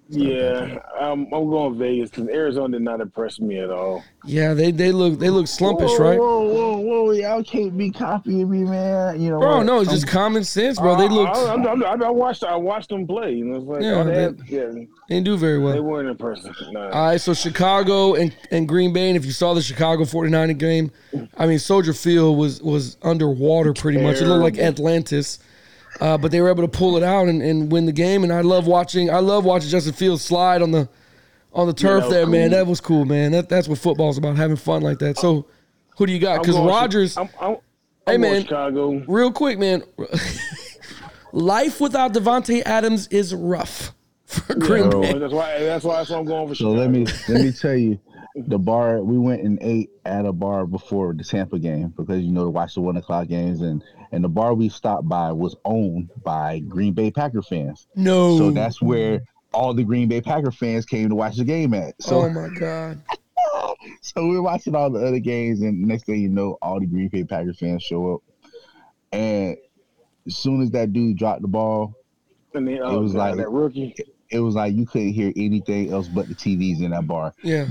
Speaker 5: Yeah, I'm, I'm going Vegas because Arizona did not impress me at all.
Speaker 4: Yeah, they they look they look slumpish, right?
Speaker 6: Whoa, whoa, whoa! Y'all can't be copying me, man. You know,
Speaker 4: Bro,
Speaker 6: what?
Speaker 4: no, it's
Speaker 6: I'm-
Speaker 4: just common sense, bro. They
Speaker 5: I,
Speaker 4: look
Speaker 5: I, I, I watched. I watched them play. You know, it's like,
Speaker 4: Yeah,
Speaker 5: oh, they,
Speaker 4: they- Uh,
Speaker 5: yeah,
Speaker 4: they didn't do very
Speaker 5: they
Speaker 4: well.
Speaker 5: weren't impressive. Nah.
Speaker 4: All right, so Chicago and, and Green Bay, and if you saw the Chicago 49er game, I mean Soldier Field was was underwater pretty much. It looked like Atlantis. Uh, but they were able to pull it out and, and win the game. And I love watching I love watching Justin Fields slide on the on the turf
Speaker 5: that was
Speaker 4: there, man.
Speaker 5: cool.
Speaker 4: That was cool, man. That that's what football's about, having fun like that. So who do you got? Because
Speaker 5: I'm going-
Speaker 4: Rogers
Speaker 5: I'm, I'm, I'm
Speaker 4: Hey,
Speaker 5: going
Speaker 4: man.
Speaker 5: Chicago.
Speaker 4: real quick, man. Life without Devonte Adams is rough for Green
Speaker 6: bro.
Speaker 4: Bay.
Speaker 5: That's why. That's why. That's why I'm going for
Speaker 6: So
Speaker 5: Chicago.
Speaker 6: let me let me tell you, the bar we went and ate at a bar before the Tampa game because you know to watch the one o'clock games and and the bar we stopped by was owned by Green Bay Packer fans.
Speaker 4: No.
Speaker 6: So that's where all the Green Bay Packer fans came to watch the game at. So
Speaker 4: oh my god. Oh.
Speaker 6: so we were watching all the other games and next thing you know, all the Green Bay Packer fans show up. And as soon as that dude dropped the ball,
Speaker 5: And then, uh,
Speaker 6: It was
Speaker 5: that-
Speaker 6: like-
Speaker 5: that rookie.
Speaker 6: it was like you couldn't hear anything else but the TVs in that bar.
Speaker 4: Yeah.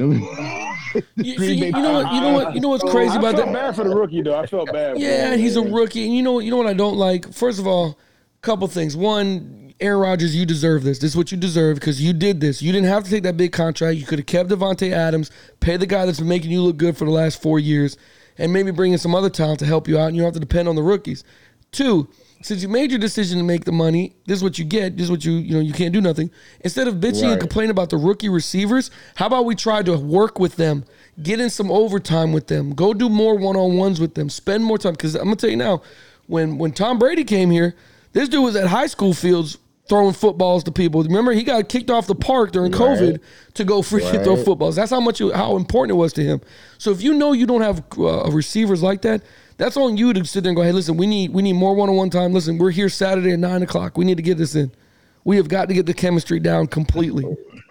Speaker 4: You,
Speaker 6: Green
Speaker 4: you-
Speaker 6: Bay
Speaker 4: you know what? You know what? You know what's crazy
Speaker 5: I
Speaker 4: about
Speaker 5: felt
Speaker 4: that?
Speaker 5: bad for the rookie though. I felt bad. for
Speaker 4: Yeah,
Speaker 5: him,
Speaker 4: and he's a
Speaker 5: man.
Speaker 4: rookie. And you know what? You know what I don't like. First of all, couple things. One, Aaron Rodgers, you deserve this. This is what you deserve because you did this. You didn't have to take that big contract. You could have kept Devonte Adams, pay the guy that's been making you look good for the last four years, and maybe bring in some other talent to help you out. And you don't have to depend on the rookies. Two, since you made your decision to make the money, this is what you get. This is what you you know you can't do nothing. Instead of bitching and
Speaker 6: Right.
Speaker 4: complaining about the rookie receivers, how about we try to work with them, get in some overtime with them, go do more one on ones with them, spend more time. Because I'm gonna tell you now, when when Tom Brady came here, this dude was at high school fields throwing footballs to people. Remember, he got kicked off the park during COVID to go freaking
Speaker 6: Right.
Speaker 4: throw footballs. That's how much it, how important it was to him. So if you know you don't have uh, receivers like that, that's on you to sit there and go, hey, listen, we need we need more one on one time. Listen, we're here Saturday at nine o'clock. We need to get this in. We have got to get the chemistry down completely.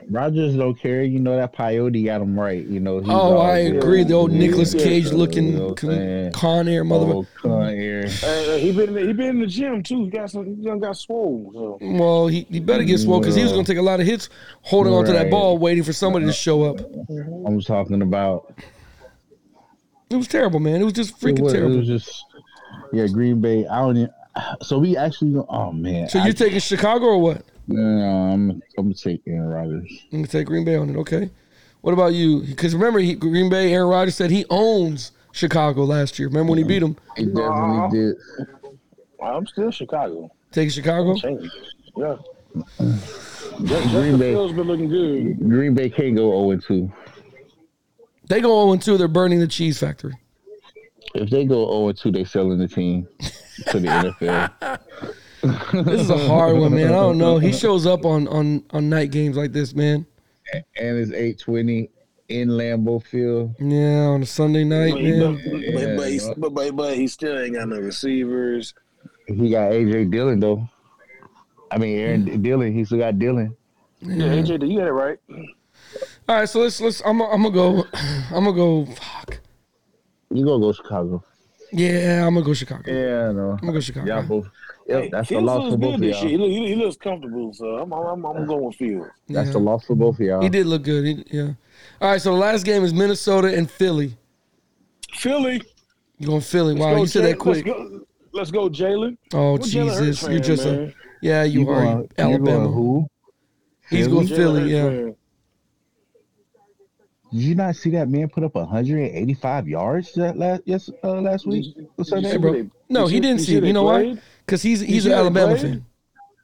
Speaker 6: Rogers don't care. You know that Coyote got him right. You know. He's
Speaker 4: Oh,
Speaker 6: all
Speaker 4: I
Speaker 6: good.
Speaker 4: agree. The old
Speaker 6: Yeah,
Speaker 4: Nicolas Cage
Speaker 6: you know
Speaker 4: looking
Speaker 6: what I'm
Speaker 4: con,
Speaker 6: saying?
Speaker 4: con air motherfucker.
Speaker 6: Oh, Con Air.
Speaker 5: Uh, he been in the, he been in the gym too. He got some. He done got swole. So.
Speaker 4: Well, he, he better get swole because he was
Speaker 6: Yeah.
Speaker 4: going to take a lot of hits holding onto that
Speaker 6: Right.
Speaker 4: ball, waiting for somebody to show up.
Speaker 6: I'm talking about.
Speaker 4: It was terrible, man. It was just
Speaker 6: It
Speaker 4: freaking
Speaker 6: was, it
Speaker 4: terrible.
Speaker 6: was just. Yeah, Green Bay. I don't. Even, so we actually. Oh man.
Speaker 4: so
Speaker 6: I-
Speaker 4: you're taking Chicago or what?
Speaker 6: No, I'm. I'm taking Aaron Rodgers.
Speaker 4: I'm gonna take Green Bay on it. Okay. What about you? Because remember, he, Green Bay, Aaron Rodgers said he owns Chicago last year. Remember when he beat him?
Speaker 6: He definitely
Speaker 5: Nah.
Speaker 6: did.
Speaker 5: I'm still Chicago.
Speaker 4: Take Chicago.
Speaker 5: Change. Yeah.
Speaker 6: Green Bay.
Speaker 5: Phil's been looking good.
Speaker 6: Green Bay can't go 0 2.
Speaker 4: They go 0 2. They're burning the cheese factory.
Speaker 6: If they go 0 2, they selling the team to the NFL.
Speaker 4: This is a hard one, man. I don't know. He shows up on on on night games like this, man.
Speaker 6: And it's 820 in Lambeau Field.
Speaker 4: Yeah, on a Sunday night,
Speaker 5: But, he,
Speaker 4: man.
Speaker 5: but, but, but, he's- but, but, but he still ain't got no receivers.
Speaker 6: He got AJ Dillon though. I mean Aaron Dillon. He still got Dillon.
Speaker 5: Yeah, AJ, you got it right.
Speaker 4: All right, so let's let's. I'm I'm gonna go. I'm gonna go. Fuck.
Speaker 6: You gonna go Chicago?
Speaker 4: Yeah, I'm gonna go Chicago.
Speaker 6: Yeah, no.
Speaker 4: I'm gonna go Chicago.
Speaker 6: Y'all both. Yep, that's the
Speaker 5: Fields
Speaker 6: loss
Speaker 5: looks
Speaker 6: for both
Speaker 5: good
Speaker 6: of
Speaker 5: this year. He,
Speaker 6: y'all.
Speaker 5: look, he, he looks comfortable, so I'm I'm, I'm, I'm going with Fields.
Speaker 6: That's
Speaker 4: Yeah.
Speaker 6: the loss for both of y'all.
Speaker 4: He did look good. He, yeah. All right, so the last game is Minnesota and Philly.
Speaker 5: Philly.
Speaker 4: You going Philly? Wow,
Speaker 5: Go
Speaker 4: you said
Speaker 5: Jalen.
Speaker 4: that quick.
Speaker 5: Let's go, let's go Jalen.
Speaker 4: Oh
Speaker 5: We're Jalen Hurts
Speaker 4: Jesus, you're
Speaker 5: fan,
Speaker 4: just a
Speaker 5: man.
Speaker 4: yeah, you,
Speaker 6: You
Speaker 4: are
Speaker 6: going-
Speaker 4: you
Speaker 6: you going
Speaker 4: Alabama.
Speaker 6: who?
Speaker 4: He's going
Speaker 5: Jalen
Speaker 4: Philly,
Speaker 5: Hurts
Speaker 4: yeah.
Speaker 5: fan.
Speaker 6: Did you not see that man put up 185 yards that last yes uh, last week? What's that?
Speaker 5: Did you
Speaker 4: Hey,
Speaker 5: see
Speaker 4: bro.
Speaker 5: where they-
Speaker 4: No,
Speaker 5: you
Speaker 4: he
Speaker 5: see-
Speaker 4: didn't
Speaker 5: you
Speaker 4: see it.
Speaker 5: they
Speaker 4: You know why?
Speaker 5: played?
Speaker 4: Because he's
Speaker 5: You
Speaker 4: he's
Speaker 5: see
Speaker 4: an
Speaker 5: how they
Speaker 4: Alabama
Speaker 5: played?
Speaker 4: fan.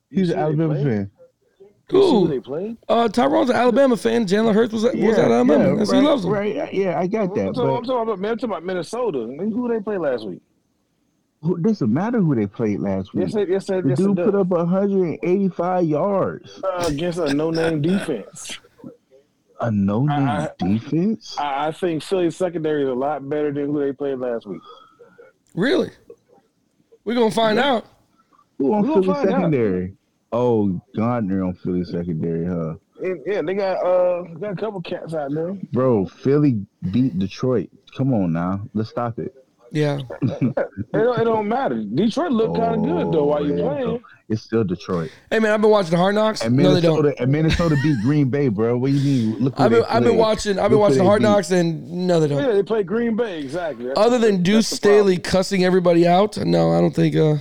Speaker 6: He's an
Speaker 5: they
Speaker 6: Alabama
Speaker 5: played?
Speaker 6: fan.
Speaker 5: You see who
Speaker 4: Ooh.
Speaker 5: they played?
Speaker 4: Uh, Tyrone's an Alabama fan. Jalen Hurts was was at Alabama. That's-
Speaker 6: right,
Speaker 4: he loves him.
Speaker 6: right. uh, Yeah, I got
Speaker 5: I'm
Speaker 6: that.
Speaker 5: talking, I'm
Speaker 6: But
Speaker 5: talking about, man, I'm talking about Minnesota. Nigga, Who they play last week?
Speaker 6: who- doesn't matter who they played last week.
Speaker 5: Yes, it, yes, it,
Speaker 6: The
Speaker 5: yes, it
Speaker 6: dude Mm. put
Speaker 5: does.
Speaker 6: up 185 yards.
Speaker 5: Uh, against a no-name defense.
Speaker 6: A no name
Speaker 5: I-
Speaker 6: defense.
Speaker 5: I, I think Philly's secondary is a lot better than who they played last week.
Speaker 4: Really? We're gonna find out.
Speaker 6: Who on
Speaker 5: we gonna
Speaker 6: Philly
Speaker 5: find out.
Speaker 6: secondary? Oh, Gardner on Philly secondary, huh?
Speaker 5: And, yeah, they got uh got a couple cats out there.
Speaker 6: Bro, Philly beat Detroit. Come on now, let's stop it.
Speaker 4: Yeah.
Speaker 5: It don't, it don't matter. Detroit looked kind
Speaker 6: Oh,
Speaker 5: of good though while you
Speaker 6: yeah,
Speaker 5: playing.
Speaker 6: bro. It's still Detroit.
Speaker 4: Hey man, I've been watching Hard Knocks.
Speaker 6: And
Speaker 4: No, they
Speaker 6: Minnesota,
Speaker 4: don't.
Speaker 6: and Minnesota beat Green Bay, bro. What do you mean? Look who
Speaker 4: I've been,
Speaker 6: they
Speaker 4: I've been
Speaker 6: played.
Speaker 4: watching I've been
Speaker 6: Look who
Speaker 4: watching
Speaker 6: they
Speaker 4: Hard
Speaker 6: beat.
Speaker 4: Knocks and no, they
Speaker 5: Yeah,
Speaker 4: don't.
Speaker 5: they played Green Bay exactly. That's-
Speaker 4: Other than
Speaker 5: that's
Speaker 4: Deuce
Speaker 5: the problem.
Speaker 4: Staley cussing everybody out, no, I don't think uh,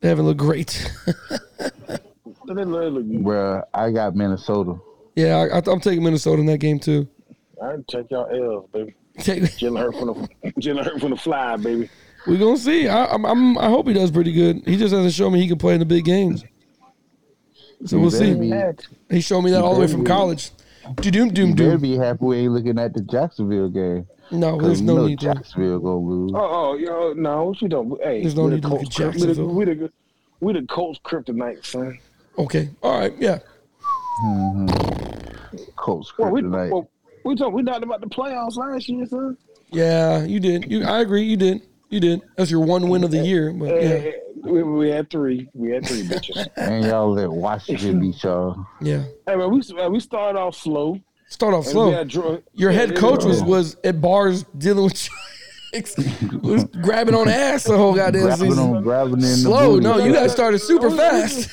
Speaker 4: they haven't looked great.
Speaker 5: they look, look,
Speaker 6: Bruh, I got Minnesota.
Speaker 4: yeah, I, I'm taking Minnesota in that game too.
Speaker 5: I didn't check y'all L's, baby.
Speaker 4: Take-
Speaker 5: Jalen Hurt from the Jalen Hurt from the fly, baby.
Speaker 4: We're gonna see. I, I'm, I'm, I hope he does pretty good. He just hasn't shown me he can play in the big games. So we'll
Speaker 6: better
Speaker 4: see.
Speaker 6: be-
Speaker 4: He showed me that all the way from college. Doom, doom,
Speaker 6: You better
Speaker 4: doom.
Speaker 6: be happy we ain't looking at the Jacksonville game.
Speaker 4: No,
Speaker 6: 'cause
Speaker 4: there's
Speaker 6: you
Speaker 4: no
Speaker 6: know
Speaker 4: need to.
Speaker 6: Jacksonville gonna lose.
Speaker 5: Oh, oh, yo, no, what you don't. Hey,
Speaker 4: There's no
Speaker 5: we the
Speaker 4: need to look at
Speaker 5: Colts crypt- we the-
Speaker 4: Jacksonville.
Speaker 5: We the we the Colts kryptonite, son.
Speaker 4: Okay, all right, yeah.
Speaker 6: Colts
Speaker 5: Well, we
Speaker 6: kryptonite.
Speaker 5: well, we talk, we talked about the playoffs last year, son.
Speaker 4: Yeah, you did. You, I agree. You did. You did. That's your one win of the year. But yeah,
Speaker 5: Eh, we, we had three. We had three bitches.
Speaker 6: and y'all let Washington beat y'all.
Speaker 4: yeah.
Speaker 5: hey man, we uh, we started off slow.
Speaker 4: Start off
Speaker 5: And
Speaker 4: slow.
Speaker 5: We had Dro-
Speaker 4: Your
Speaker 5: yeah,
Speaker 4: head
Speaker 5: yeah,
Speaker 4: coach was
Speaker 5: Dro-
Speaker 4: was at bars dealing with chicks, was grabbing on ass the whole goddamn
Speaker 6: Grabbing on,
Speaker 4: season.
Speaker 6: grabbing in
Speaker 4: Slow,
Speaker 6: the booty,
Speaker 4: no, you guys started super
Speaker 5: No, we- we-
Speaker 4: fast.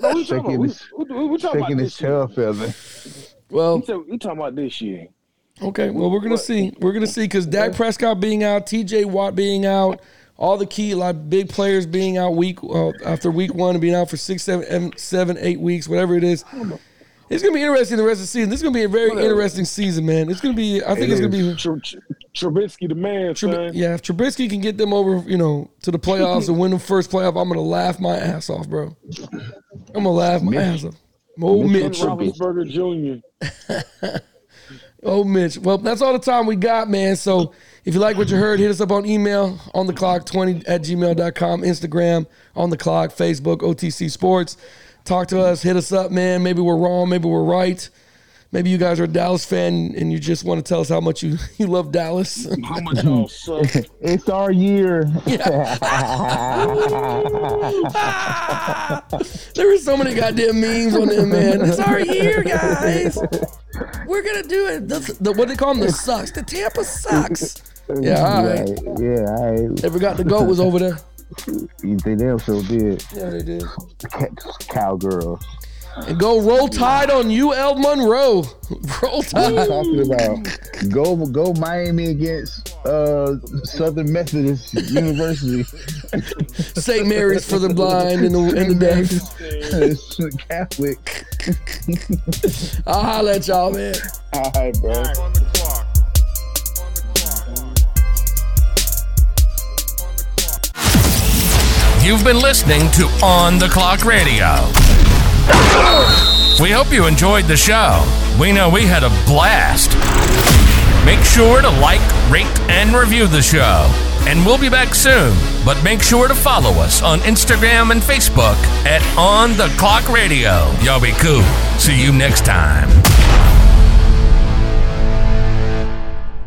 Speaker 5: No, we talking
Speaker 6: shaking
Speaker 5: about, we,
Speaker 6: his-
Speaker 5: we, we, we talking about
Speaker 6: shaking his
Speaker 5: this year.
Speaker 6: tail feather.
Speaker 4: Well,
Speaker 5: We talk- we talking about this year.
Speaker 4: okay, well we're gonna see, we're gonna see, because Dak Prescott being out, T.J. Watt being out, all the key like big players being out week uh, after week one and being out for six, seven, em- seven, eight weeks, whatever it is. It's gonna be interesting the rest of the season. This is gonna be a very interesting season, man. It's gonna be, I think
Speaker 6: It
Speaker 4: it's gonna
Speaker 6: is.
Speaker 4: be.
Speaker 5: Tr- Tr- Trubisky, the man,
Speaker 4: Trub-
Speaker 5: son.
Speaker 4: yeah, if Trubisky can get them over, you know, to the playoffs and win the first playoff, I'm gonna laugh my ass off, bro. I'm gonna laugh my ass off. Old
Speaker 6: Mitchell
Speaker 5: Ben
Speaker 4: Mitch,
Speaker 6: Trubisky.
Speaker 5: Roethlisberger Jr.
Speaker 4: old Mitch. Well, that's all the time we got, man. So if you like what you heard, hit us up on email on the clock 20 at gmail.com, Instagram on the clock, Facebook, OTC Sports. Talk to us, hit us up, man. Maybe we're wrong, maybe we're right. Maybe you guys are a Dallas fan and you just want to tell us how much you, you love Dallas.
Speaker 5: How much
Speaker 4: Hmm.
Speaker 5: y'all suck?
Speaker 6: It's our year.
Speaker 4: There were so many goddamn memes on there, man. It's our year, guys. We're gonna do it. The, the, what they call them, the sucks. The Tampa sucks. Yeah, all right.
Speaker 6: Right, Yeah, all right.
Speaker 4: They forgot the goat was over there.
Speaker 6: You think they so good?
Speaker 4: Yeah, they did.
Speaker 6: Cowgirl.
Speaker 4: And go roll tide on UL Monroe. Roll tide.
Speaker 6: Talking about go go Miami against uh, Southern Methodist University.
Speaker 4: St. Mary's for the blind and the and the deaf.
Speaker 6: Catholic.
Speaker 4: I'll holler at y'all, man.
Speaker 6: All right, bro.
Speaker 8: On the clock. On the clock. On the clock.
Speaker 1: You've been listening to On the Clock Radio. We hope you enjoyed the show. We know we had a blast. Make sure to like, rate, and review the show. And we'll be back soon. But make sure to follow us on Instagram and Facebook at On the Clock Radio. Y'all be cool. See you next time.